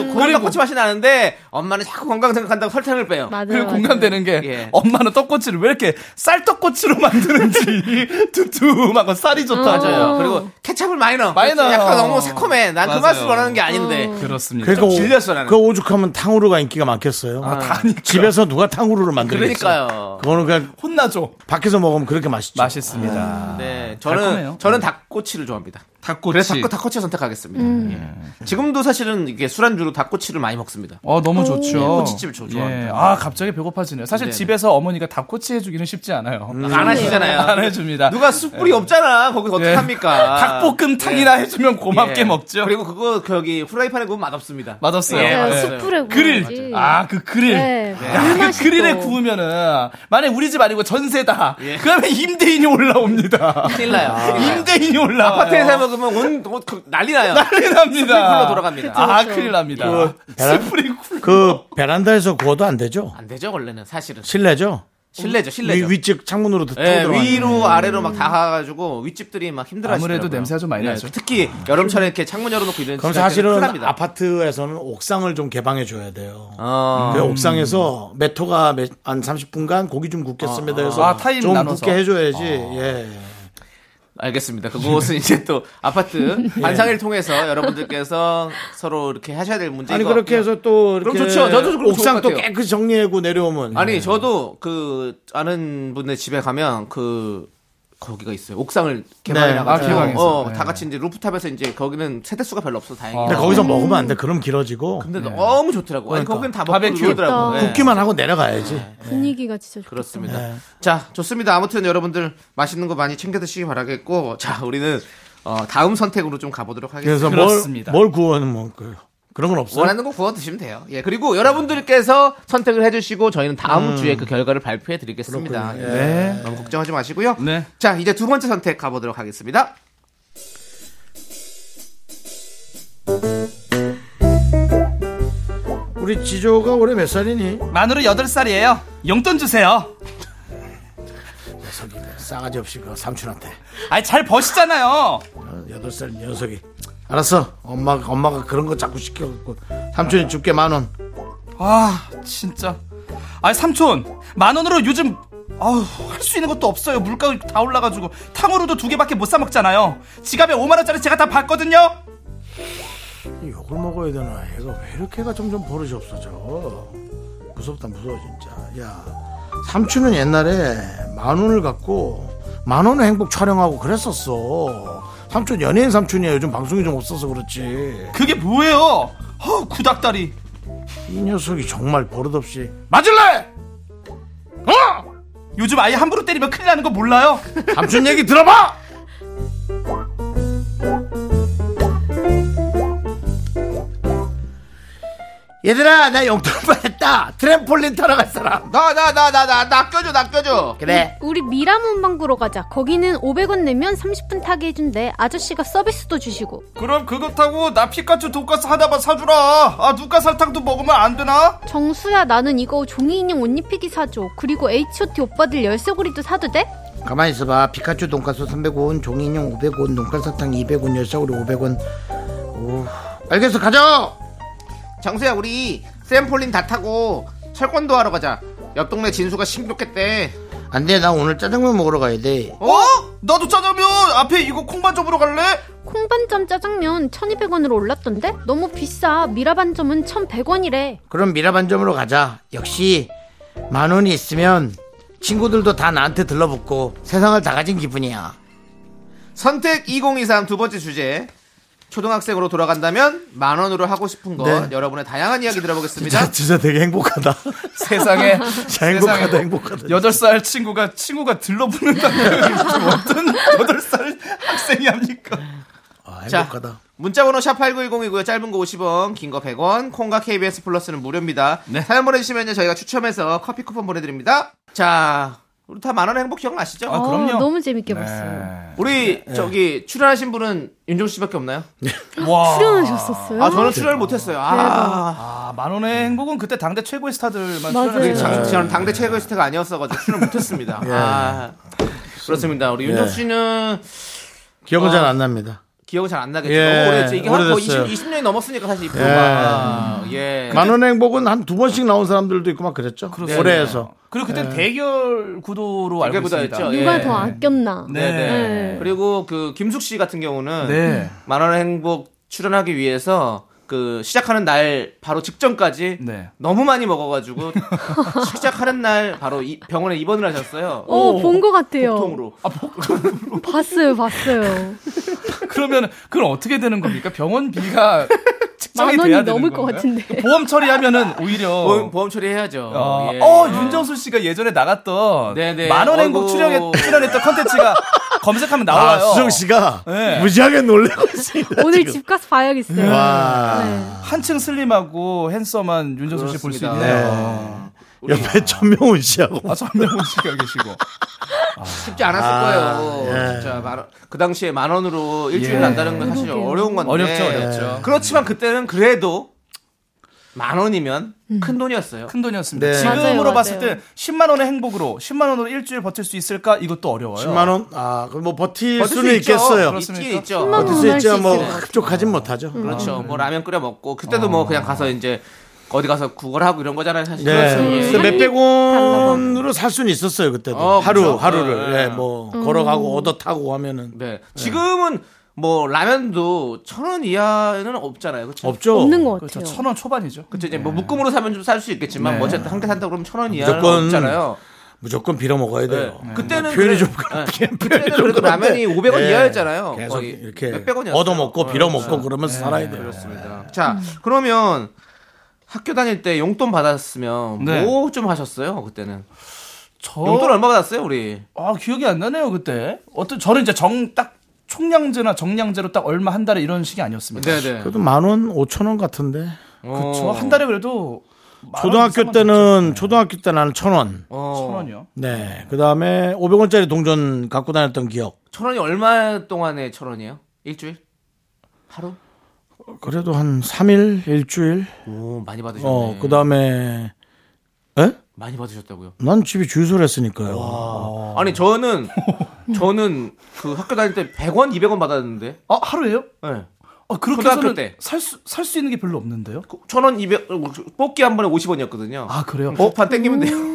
Speaker 8: 넣고.
Speaker 2: 그리고 떡꼬치 맛이 나는데 엄마는 자꾸 건강 생각한다고 설탕을 빼요. 예.
Speaker 8: 그리고 공감되는 게 엄마는 떡꼬치를 왜 이렇게 쌀떡꼬치로 (laughs) 만드는지 두툼하고
Speaker 2: 어.
Speaker 8: 쌀이 좋다.
Speaker 2: 맞아요. 그리고 케찹을 많이 넣어. 그렇죠?
Speaker 8: 많이 넣어요.
Speaker 2: 약간 너무 새콤해. 난 그
Speaker 8: 맞아요.
Speaker 2: 맛을 원하는 게 아닌데.
Speaker 8: 어. 그렇습니다.
Speaker 1: 그러니까
Speaker 2: 질렸어, 나는. 아,
Speaker 1: 그 오죽하면 탕후루가 인기가 많겠어요. 아, 집에서 누가 탕후루를 만들겠어요.
Speaker 2: 그러니까요.
Speaker 1: 그거는 그냥
Speaker 8: 혼나죠.
Speaker 1: 밖에서 먹으면 그렇게 맛있죠. 아.
Speaker 8: 맛있습니다.
Speaker 2: 네, 저는
Speaker 8: 아, 달콤해요. 음.
Speaker 2: 저는 닭꼬치를 좋아합니다.
Speaker 8: 닭꼬치.
Speaker 2: 그래서 닭, 닭꼬치 선택하겠습니다. 예. 지금도 사실은 이게 술안주로 닭꼬치를 많이 먹습니다.
Speaker 8: 어 너무
Speaker 2: 예,
Speaker 8: 좋죠.
Speaker 2: 꼬치집을 저 좋아합니다.
Speaker 8: 예. 아 갑자기 배고파지네요. 사실
Speaker 2: 네네.
Speaker 8: 집에서 어머니가 닭꼬치 해주기는 쉽지 않아요.
Speaker 2: 음.
Speaker 8: 음.
Speaker 2: 안 하시잖아요.
Speaker 8: 안 해줍니다.
Speaker 2: 누가 숯불이 없잖아. 거기서
Speaker 8: 예.
Speaker 2: 어떡합니까? 예.
Speaker 8: 닭볶음탕이나 해주면 고맙게 먹죠.
Speaker 2: 그리고 그거 거기 후라이팬에 구우면 맛없습니다.
Speaker 8: 맛없어요.
Speaker 2: 예,
Speaker 8: 맞아요.
Speaker 2: 맞아요.
Speaker 9: 숯불에
Speaker 8: 그릴. 아, 그 그릴.
Speaker 9: 네.
Speaker 8: 야, 그 그릴에 구우면은, 만약에 우리 집 아니고 전세다. 그러면 임대인이 올라옵니다.
Speaker 2: 예.
Speaker 8: 아,
Speaker 2: 큰일 나요.
Speaker 8: 임대인이 올라와요.
Speaker 2: 아파트에서 먹으면 온, 온 그- 난리 나요.
Speaker 8: 난리 납니다.
Speaker 2: 숯불 굴러 돌아갑니다.
Speaker 8: 아, 큰일 납니다.
Speaker 1: 그 베란, 그 베란다에서 구워도 안 되죠.
Speaker 2: 안 되죠 원래는 사실은.
Speaker 1: 실내죠.
Speaker 2: 실내죠, 실내죠.
Speaker 1: 위, 위측 창문으로 들어.
Speaker 2: 예, 위로 아래로 막 다 가가지고 윗집들이 막 힘들어하시더라고요.
Speaker 1: 아무래도 냄새가 좀 많이
Speaker 2: 예,
Speaker 1: 나죠.
Speaker 2: 특히 여름철에 이렇게 창문 열어놓고 이런
Speaker 1: 그럼
Speaker 2: 시간 때는 큰일
Speaker 1: 사실은
Speaker 2: 납니다.
Speaker 1: 아파트에서는 옥상을 좀 개방해 줘야 돼요.
Speaker 2: 아.
Speaker 1: 그 옥상에서 메토가 몇- 한 30분간 고기 좀 굽겠습니다 해서
Speaker 8: 아, 타임
Speaker 1: 좀
Speaker 8: 나눠서. 아.
Speaker 1: 굽게 해줘야지. 예.
Speaker 2: 어. 알겠습니다. 그곳은 이제 또
Speaker 1: (laughs)
Speaker 2: 아파트
Speaker 1: 예.
Speaker 2: 반상회를 통해서 여러분들께서 서로 이렇게 하셔야 될 문제인
Speaker 1: 아니
Speaker 2: 것
Speaker 1: 그렇게
Speaker 2: 같고요.
Speaker 1: 해서 또
Speaker 2: 그럼
Speaker 1: 이렇게
Speaker 2: 좋죠. 저도 그럼 좋을
Speaker 1: 옥상
Speaker 2: 것
Speaker 1: 또
Speaker 2: 같아요.
Speaker 1: 깨끗이 정리하고 내려오면 예.
Speaker 2: 아니 저도 그 아는 분의 집에 가면 그 거기가 있어요. 옥상을 개방해
Speaker 1: 네,
Speaker 2: 나가지고
Speaker 1: 아, 개방해서.
Speaker 2: 어,
Speaker 1: 네.
Speaker 2: 다 같이 이제 루프탑에서 이제 거기는 세대 수가 별로 없어 다행히.
Speaker 1: 근데 거기서 먹으면 안 돼. 그럼 길어지고.
Speaker 2: 아. 근데 너무 좋더라고. 아니
Speaker 1: 그러니까.
Speaker 2: 거기는 다 먹고 네. 그러더라고. 예.
Speaker 1: 굽기만 네. 하고 내려가야지.
Speaker 9: 분위기가 진짜 좋
Speaker 2: 그렇습니다. 자, 좋습니다. 아무튼 여러분들 맛있는 거 많이 챙겨 드시기 바라겠고, 자, 우리는 어, 다음 선택으로 좀 가보도록
Speaker 1: 그래서
Speaker 2: 하겠습니다.
Speaker 1: 뭘, 뭘 구워는 먹어요. 그런 건 없어요.
Speaker 2: 원하는 거 구워 드시면 돼요. 예, 그리고 여러분들께서 선택을 해주시고 저희는 다음
Speaker 1: 음.
Speaker 2: 주에 그 결과를 발표해 드리겠습니다.
Speaker 1: 그렇군요.
Speaker 2: 예.
Speaker 10: 네.
Speaker 1: 예.
Speaker 2: 너무 걱정하지 마시고요. 자, 이제 두 번째 선택 가보도록 하겠습니다.
Speaker 1: 우리 지조가 올해 몇 살이니?
Speaker 8: 만으로 8살이에요. 용돈 주세요.
Speaker 1: 녀석이 싸가지 없이 그 삼촌한테
Speaker 8: 아니, 잘 버시잖아요.
Speaker 1: 어, 여덟 살 녀석이. 알았어. 엄마 엄마가 그런 거 자꾸 시켜갖고 삼촌이 줄게 만 원.
Speaker 8: 아, 진짜. 아니, 삼촌. 만 원으로 요즘, 아우, 할 수 있는 것도 없어요. 물가 다 올라가지고. 탕후루도 두 개밖에 못 사먹잖아요. 지갑에 5만원짜리 제가 다 봤거든요.
Speaker 1: 욕을 먹어야 되나? 얘가 왜 이렇게가 점점 버릇이 없어져? 무섭다 무서워 진짜. 야 삼촌은 옛날에 만 원을 갖고 만 원의 행복 촬영하고 그랬었어. 삼촌 연예인 삼촌이야. 요즘 방송이 좀 없어서 그렇지.
Speaker 8: 그게 뭐예요? 어, 구닥다리.
Speaker 1: 이 녀석이 정말 버릇없이
Speaker 8: 맞을래? 어? 요즘 아예 함부로 때리면 큰일 나는 거
Speaker 10: (laughs)
Speaker 8: 몰라요?
Speaker 1: 삼촌 얘기 들어봐!
Speaker 10: 얘들아 나 용돈 (laughs) 받았다 트램폴린 타러 갈 사람
Speaker 2: 나 나 나 나 나 나 껴줘 나 껴줘
Speaker 10: 그래
Speaker 9: 우리 미라문방구로 가자. 거기는 500원 내면 30분 타게 해준대. 아저씨가 서비스도 주시고.
Speaker 8: 그럼 그거 타고 나 피카츄 돈가스 하나만 사주라. 아 누가 설탕도 먹으면 안 되나?
Speaker 9: 정수야, 나는 이거 종이 인형 옷 입히기 사줘. 그리고 H.O.T 오빠들 열쇠고리도 사도 돼?
Speaker 10: 가만히 있어봐 피카츄 돈가스 300원 종이인형 500원 돈가스탕 200원 열사구리 500원 오. 알겠어 가자
Speaker 2: 정수야 우리 트램폴린 다 타고 철권도 하러 가자 옆 동네 진수가 신기록했대
Speaker 10: 안돼 나 오늘 짜장면 먹으러 가야 돼
Speaker 8: 어? 나도 짜장면 앞에 이거 콩반점으로 갈래?
Speaker 9: 콩반점 짜장면 1200원으로 올랐던데? 너무 비싸. 미라반점은 1100원이래.
Speaker 10: 그럼 미라반점으로 가자 역시 만 원이 있으면 친구들도 다 나한테 들러붙고 세상을 다 가진 기분이야
Speaker 2: 선택 2023 두 번째 주제 초등학생으로 돌아간다면 만 원으로 하고 싶은 것
Speaker 1: 네.
Speaker 2: 여러분의 다양한 이야기 들어보겠습니다
Speaker 1: 진짜, 진짜 되게 행복하다. (laughs)
Speaker 2: (laughs)
Speaker 8: 세상에
Speaker 1: 진짜 행복하다, 행복하다.
Speaker 8: 여덟 살 친구가 친구가 들러붙는다는
Speaker 2: (laughs)
Speaker 8: 게 무슨 어떤 여덟 살 학생이 합니까? 아,
Speaker 2: 자, 문자번호 샵8910이고요. 짧은 거 50원, 긴 거 100원, 콩과 KBS 플러스는 무료입니다.
Speaker 8: 네.
Speaker 2: 사연 보내주시면요. 저희가 추첨해서 커피 쿠폰 보내드립니다. 자, 우리 다 만원 행복 기억나시죠?
Speaker 9: 아, 그럼요.
Speaker 8: 네.
Speaker 9: 너무 재밌게 봤어요.
Speaker 2: 우리 저기 출연하신 분은 윤종수 씨밖에 없나요?
Speaker 8: 네.
Speaker 9: 아, 출연하셨었어요?
Speaker 2: 아, 저는 출연을 못했어요. 아,
Speaker 8: 아만 원의 행복은 그때 당대 최고의 스타들만
Speaker 2: 맞아요.
Speaker 8: 출연했죠.
Speaker 2: 그렇죠.
Speaker 8: 네.
Speaker 2: 저는- 저는 당대 최고의 스타가 아니었어가지고 출연을 못했습니다. 아, 그렇습니다. 우리 윤종수
Speaker 8: 네.
Speaker 1: 예.
Speaker 2: 씨는
Speaker 1: 기억은
Speaker 2: 아,
Speaker 1: 잘 안 납니다.
Speaker 2: 기억은 잘 안 나겠죠.
Speaker 1: 예,
Speaker 2: 너무 오래됐죠. 이게 한 거의 20,
Speaker 1: 오래됐어요.
Speaker 2: 20년이 넘었으니까 사실 이
Speaker 1: 예.
Speaker 2: 프로가. 예.
Speaker 1: 만원 행복은 한 두 번씩 나온 사람들도 있고 막 그랬죠.
Speaker 8: 그렇습니다.
Speaker 1: 올해에서.
Speaker 8: 그리고 그때 대결 구도로 알고 있습니다.
Speaker 2: 네. 구도였죠.
Speaker 9: 누가
Speaker 2: 예.
Speaker 9: 더 아꼈나?
Speaker 2: 네. 네.
Speaker 9: 네.
Speaker 2: 그리고 그 김숙 씨 같은 경우는
Speaker 8: 네.
Speaker 2: 만원의 행복 출연하기 위해서 그 시작하는 날 바로 직전까지 너무 많이 먹어가지고 (laughs) 시작하는 날 바로 이- 병원에 입원을 하셨어요.
Speaker 9: 어, 본 것 같아요.
Speaker 8: 뭐,
Speaker 2: 복통으로.
Speaker 9: 봤어요, 봤어요.
Speaker 8: (laughs) 그러면 그건 어떻게 되는 겁니까? 병원비가 측정이
Speaker 9: 만 원이
Speaker 8: 돼야 되는
Speaker 9: 넘을
Speaker 8: 건가요?
Speaker 9: 것 같은데.
Speaker 8: 그 보험 처리하면은 오히려
Speaker 2: 보험, 보험 처리해야죠.
Speaker 8: 어,
Speaker 2: 예.
Speaker 8: 어, 윤정수 씨가 예전에 나갔던
Speaker 2: 네네.
Speaker 8: 만원 행복
Speaker 2: 어이구.
Speaker 8: 출연했, 출연했던
Speaker 2: (laughs)
Speaker 8: 컨텐츠가 검색하면 나와요.
Speaker 1: 아, 수정 씨가
Speaker 8: 네.
Speaker 1: 무지하게 놀래고 있습니다.
Speaker 9: (laughs) 오늘
Speaker 1: 지금.
Speaker 9: 집 가서 봐야겠어요. 네.
Speaker 1: 와.
Speaker 8: 한층 슬림하고 핸섬한 윤정수 씨 볼 수
Speaker 1: 그렇습니다.
Speaker 10: 예.
Speaker 8: 있네요.
Speaker 1: 옆에 천명훈 씨하고.
Speaker 8: 예. 아, 전명훈 씨가 계시고.
Speaker 2: 쉽지 않았을
Speaker 1: 아,
Speaker 2: 거예요.
Speaker 1: 예.
Speaker 2: 진짜 만 원- 그 당시에 만 원으로 일주일
Speaker 8: 예.
Speaker 2: 난다는 건 사실
Speaker 8: 그러게요.
Speaker 2: 어려운 건데.
Speaker 8: 어렵죠, 어렵죠.
Speaker 2: 그렇지만 그때는 그래도 만 원이면
Speaker 8: 음.
Speaker 2: 큰 돈이었어요.
Speaker 8: 큰 돈이었습니다.
Speaker 1: 네.
Speaker 8: 지금으로
Speaker 1: 맞아요,
Speaker 8: 봤을
Speaker 1: 맞아요.
Speaker 8: 때 10만 원의 행복으로 10만 원으로 일주일 버틸 수 있을까? 이것도 어려워요.
Speaker 1: 10만 원? 아, 그럼 뭐 버틸,
Speaker 8: 버틸
Speaker 1: 수는
Speaker 8: 수 있죠.
Speaker 1: 있겠어요.
Speaker 8: 그렇습니까?
Speaker 2: 있긴 있죠. 10만
Speaker 1: 버틸 수
Speaker 2: 원은 할수
Speaker 1: 있지만 뭐
Speaker 2: 있어요.
Speaker 1: 흡족하진 못하죠.
Speaker 2: 그렇죠. 뭐
Speaker 1: 네.
Speaker 2: 라면 끓여 먹고 그때도 뭐 그냥 가서 이제 어디 가서 구걸하고 이런 거잖아요, 사실.
Speaker 1: 아.
Speaker 2: 그렇죠.
Speaker 1: 네. 그래서 몇백 원으로
Speaker 2: 달라고.
Speaker 1: 살 수는 있었어요, 그때도.
Speaker 2: 어,
Speaker 1: 하루,
Speaker 2: 그렇죠.
Speaker 1: 하루를.
Speaker 2: 네.
Speaker 1: 예, 뭐,
Speaker 2: 음.
Speaker 1: 걸어가고 얻어 타고 하면은.
Speaker 2: 네. 지금은 뭐 라면도 천 원 이하는 없잖아요. 그렇죠?
Speaker 1: 없죠. 없는
Speaker 9: 것
Speaker 8: 같아요. 천 원 초반이죠.
Speaker 2: 그렇죠. 이제 뭐 묶음으로 사면 좀 살 수 있겠지만
Speaker 1: 네.
Speaker 2: 뭐 어쨌든 한 개 산다 그러면 천 원 이하는
Speaker 1: 무조건.
Speaker 2: 없잖아요.
Speaker 1: 무조건 빌어 먹어야 돼요.
Speaker 2: 네. 그때는
Speaker 1: 뭐 표현이
Speaker 2: 그래- 네.
Speaker 1: 좀 그렇게 (laughs) 표현이 좀 그런데.
Speaker 2: 그래도 라면이 500원
Speaker 1: 예.
Speaker 2: 이하였잖아요.
Speaker 1: 계속
Speaker 2: 거의
Speaker 1: 이렇게
Speaker 2: 몇백 원이었어요.
Speaker 1: 얻어 먹고 빌어 먹고
Speaker 2: 네.
Speaker 1: 그러면서
Speaker 2: 네.
Speaker 1: 살아야 돼요.
Speaker 2: 그렇습니다. 자, 그러면 학교 다닐 때 용돈 받았으면
Speaker 8: 네.
Speaker 2: 뭐 좀 하셨어요? 그때는
Speaker 8: 저...
Speaker 2: 용돈 얼마 받았어요, 우리?
Speaker 8: 아 기억이 안 나네요 그때. 어떤 저는 이제 정 딱 총량제나 정량제로 딱 얼마 한 달에 이런 식이 아니었습니다.
Speaker 1: 예.
Speaker 2: 네,
Speaker 1: 그래도 만 원, 오천 원 같은데.
Speaker 2: 어,
Speaker 8: 그렇죠. 한 달에 그래도 만
Speaker 1: 초등학교
Speaker 8: 원,
Speaker 1: 때는 초등학교 때 나는 천 원.
Speaker 2: 어,
Speaker 8: 천 원이요.
Speaker 1: 네. 그 다음에 500원짜리 동전 갖고 다녔던 기억.
Speaker 2: 천 원이 얼마 동안에 천 원이에요? 일주일? 하루?
Speaker 1: 그래도 한 3일, 일주일.
Speaker 2: 오, 많이 받으셨네.
Speaker 1: 어, 그 다음에, 에?
Speaker 2: 많이 받으셨다고요?
Speaker 1: 난 집이 주유소를 했으니까요.
Speaker 8: (laughs)
Speaker 2: 아니 저는 저는 그 학교 다닐 때 100원, 200원 받았는데.
Speaker 8: 아 하루에요?
Speaker 2: 네.
Speaker 8: 아 그렇게
Speaker 2: 초등학교
Speaker 8: 해서는
Speaker 2: 때. 그,
Speaker 8: 살수 살 수 있는 게 별로 없는데요.
Speaker 2: 천 원, 200 뽑기 한 번에 50원이었거든요.
Speaker 8: 아 그래요?
Speaker 2: 판
Speaker 1: 음.
Speaker 2: 땡기면 돼요.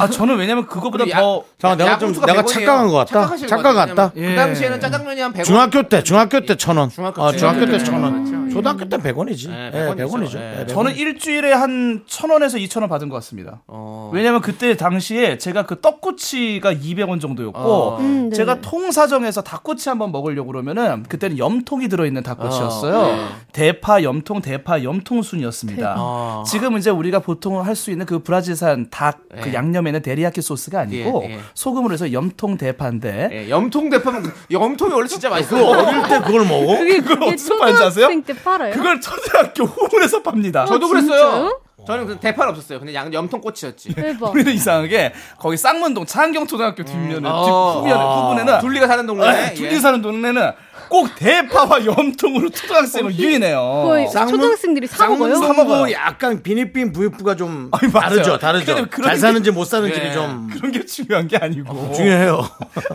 Speaker 8: 아 저는 왜냐면 그거보다
Speaker 2: 야-
Speaker 8: 더
Speaker 1: 잠깐 내가 좀 내가 착각한 것 같다. 착각한 것 같다.
Speaker 2: 그 당시에는 짜장면이 한 100원.
Speaker 1: 중학교 때 중학교 때 천 원.
Speaker 2: 중학교
Speaker 1: 아,
Speaker 2: 때.
Speaker 1: 중학교 때
Speaker 2: 네,
Speaker 1: 천 원.
Speaker 2: 그렇죠.
Speaker 1: 초등학교 때 백 원이지. 예, 백 원이죠.
Speaker 8: 네,
Speaker 2: 네,
Speaker 8: 저는 일주일에 한 천 원에서 이천 원 받은 것 같습니다.
Speaker 2: 어.
Speaker 8: 왜냐면 그때 당시에 제가 그 떡꼬치가 200원 정도였고
Speaker 2: 어. 음, 네.
Speaker 8: 제가 통사정에서 닭꼬치 한번 먹으려고 그러면은 그때는 염통이 들어있는 닭꼬치였어요.
Speaker 2: 어, 네.
Speaker 8: 대파, 염통, 대파, 염통순이었습니다.
Speaker 2: 대파.
Speaker 8: 지금 이제 우리가 보통 할 수 있는 그 브라질산 닭 그
Speaker 2: 예.
Speaker 8: 양념에는 데리야끼 소스가 아니고
Speaker 2: 예, 예.
Speaker 8: 소금으로 해서 염통 대파인데
Speaker 2: 염통 대파면 염통이 그 원래 진짜 맛있어요.
Speaker 1: 어릴 때 그걸 먹어?
Speaker 9: 그게, 그게 초등학생 때 팔아요? 아,
Speaker 8: 그걸 초등학교 후문에서 팝니다.
Speaker 2: 저도 그랬어요. 저는 그 대판 없었어요. 근데 양 염통꽃이었지.
Speaker 9: 대박.
Speaker 8: 우리는 이상하게 거기 쌍문동 창경초등학교 뒷면에
Speaker 2: 어.
Speaker 8: 뒷- 후면에
Speaker 2: 아.
Speaker 8: 후분에는
Speaker 2: 둘리가 사는 동네. 예.
Speaker 8: 네, 둘리 사는 동네는 꼭 대파와 염통으로 초등학생을 유인해요.
Speaker 9: 어, 거의 초등학생들이 사 먹어요?
Speaker 8: 사
Speaker 1: 쌍문동하고
Speaker 8: 먹어요.
Speaker 1: 약간 비니빈 부유부가 좀
Speaker 8: 맞아요.
Speaker 1: 다르죠, 다르죠.
Speaker 8: 근데 그런
Speaker 1: 잘
Speaker 8: 게-
Speaker 1: 사는지 못 사는지
Speaker 2: 예.
Speaker 8: 네.
Speaker 1: 좀
Speaker 8: 그런 게 중요한 게
Speaker 10: 어,
Speaker 8: 아니고
Speaker 1: 중요해요.
Speaker 2: 그렇죠.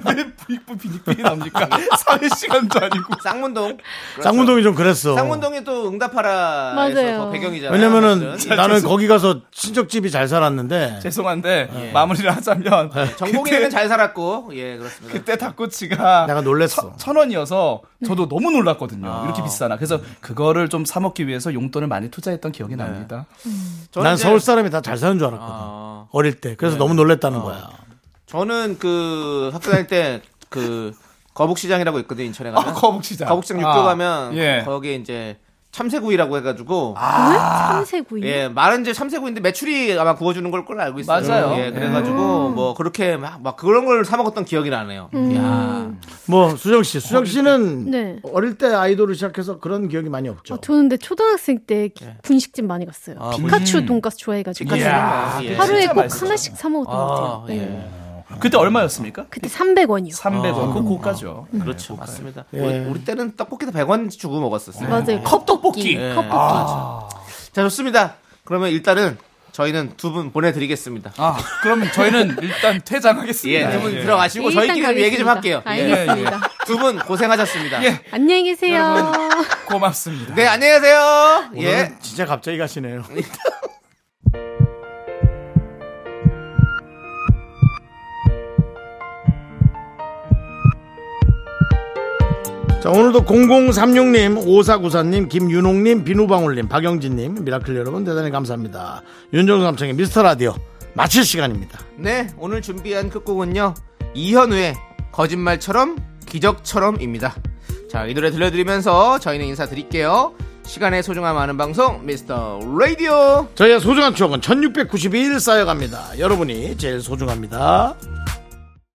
Speaker 8: 이
Speaker 2: (laughs)
Speaker 8: 납니까? 사회 시간도 아니고
Speaker 2: 쌍문동.
Speaker 1: 쌍문동이 좀 그랬어.
Speaker 2: 그렇죠. 쌍문동이 또 응답하라.
Speaker 9: 맞아요.
Speaker 2: 맞아요. 배경이잖아요.
Speaker 1: 왜냐면은
Speaker 2: 어쨌든.
Speaker 1: 나는 거기 가서 친척 집이 잘 살았는데 예.
Speaker 8: 죄송한데 마무리를 하자면
Speaker 2: 전공에는
Speaker 8: 그때-
Speaker 2: 잘 살았고 예 그렇습니다.
Speaker 8: 그때 닭꼬치가
Speaker 1: 내가 놀랬어.
Speaker 8: 천 원이어서
Speaker 9: 네.
Speaker 8: 저도 너무 놀랐거든요.
Speaker 2: 아.
Speaker 8: 이렇게 비싸나. 그래서 그거를 좀 사 먹기 위해서 용돈을 많이 투자했던 기억이 납니다.
Speaker 2: 네.
Speaker 9: 음.
Speaker 2: 저는
Speaker 1: 난
Speaker 2: 이제- 아.
Speaker 1: 서울 사람이 다 잘 사는 줄 알았거든. 어릴 때. 그래서 너무 놀랬다는
Speaker 9: 아.
Speaker 1: 거야.
Speaker 2: 저는 그 학교 다닐 때 그 거북시장이라고 있거든 요 인천에 가면.
Speaker 8: 아, 거북시장.
Speaker 2: 거북시장 육교
Speaker 8: 아,
Speaker 2: 가면
Speaker 8: 예. 아,
Speaker 2: 거기에 이제 참새구이라고 해가지고
Speaker 9: 참새구이.
Speaker 2: 예 말은 이제 참새구인데 매출이 아마 구워주는 걸 걸로 알고 있어요.
Speaker 8: 맞아요. 음.
Speaker 2: 예 그래가지고 뭐 그렇게 막, 막 그런 걸 사 먹었던 기억이 나네요.
Speaker 9: 음.
Speaker 1: 음.
Speaker 2: 야
Speaker 1: 뭐 수정 씨, 수정 씨는
Speaker 9: 네.
Speaker 1: 어릴 때 아이돌을 시작해서 그런 기억이 많이 없죠. 예.
Speaker 9: 아, 저는 근데 초등학생 때 기- 분식집 많이 갔어요.
Speaker 2: 아,
Speaker 9: 피카츄 아, 돈가스 좋아해가지고
Speaker 2: 피카츄 돈가스, 예.
Speaker 9: 하루에
Speaker 8: 진짜
Speaker 9: 꼭
Speaker 8: 맛있었죠.
Speaker 9: 하나씩 사 먹었던 것 같아요. 네.
Speaker 8: 그때 얼마였습니까?
Speaker 9: 그때 300원이요.
Speaker 8: 300원.
Speaker 1: 아.
Speaker 8: 그거 고가죠.
Speaker 2: 아,
Speaker 8: 예.
Speaker 2: 그렇죠 맞습니다. 우리, 우리 때는 떡볶이도 100원 주고 먹었었어요. 예. 아.
Speaker 9: 맞아요.
Speaker 8: 컵떡볶이.
Speaker 9: 컵볶이.
Speaker 2: 자 좋습니다. 그러면 일단은 저희는 두 분 보내드리겠습니다.
Speaker 8: 아, 그럼 저희는 일단
Speaker 2: 예,
Speaker 8: 퇴장하겠습니다.
Speaker 2: 두 분 들어가시고
Speaker 9: 일단
Speaker 2: 저희끼리 얘기 좀
Speaker 9: 가겠습니다.
Speaker 2: 할게요. 예.
Speaker 9: 알겠습니다.
Speaker 2: (laughs) 두 분 고생하셨습니다.
Speaker 8: 예.
Speaker 9: 안녕히 계세요.
Speaker 8: 고맙습니다.
Speaker 2: 네, 안녕히 계세요. 예.
Speaker 1: 오늘은 진짜 갑자기 가시네요. (laughs) 자, 오늘도 0036님, 5494님, 김윤홍님, 비누방울님, 박영진님, 미라클 여러분 대단히 감사합니다. 윤정수 남창의 미스터 라디오 마칠 시간입니다.
Speaker 2: 네, 오늘 준비한 끝곡은요. 이현우의 거짓말처럼 기적처럼입니다. 자, 이 노래 들려드리면서 저희는 인사드릴게요. 시간의 소중함 아는 방송 미스터 라디오.
Speaker 1: 저희의 소중한 추억은 1692일 쌓여갑니다. 여러분이 제일 소중합니다.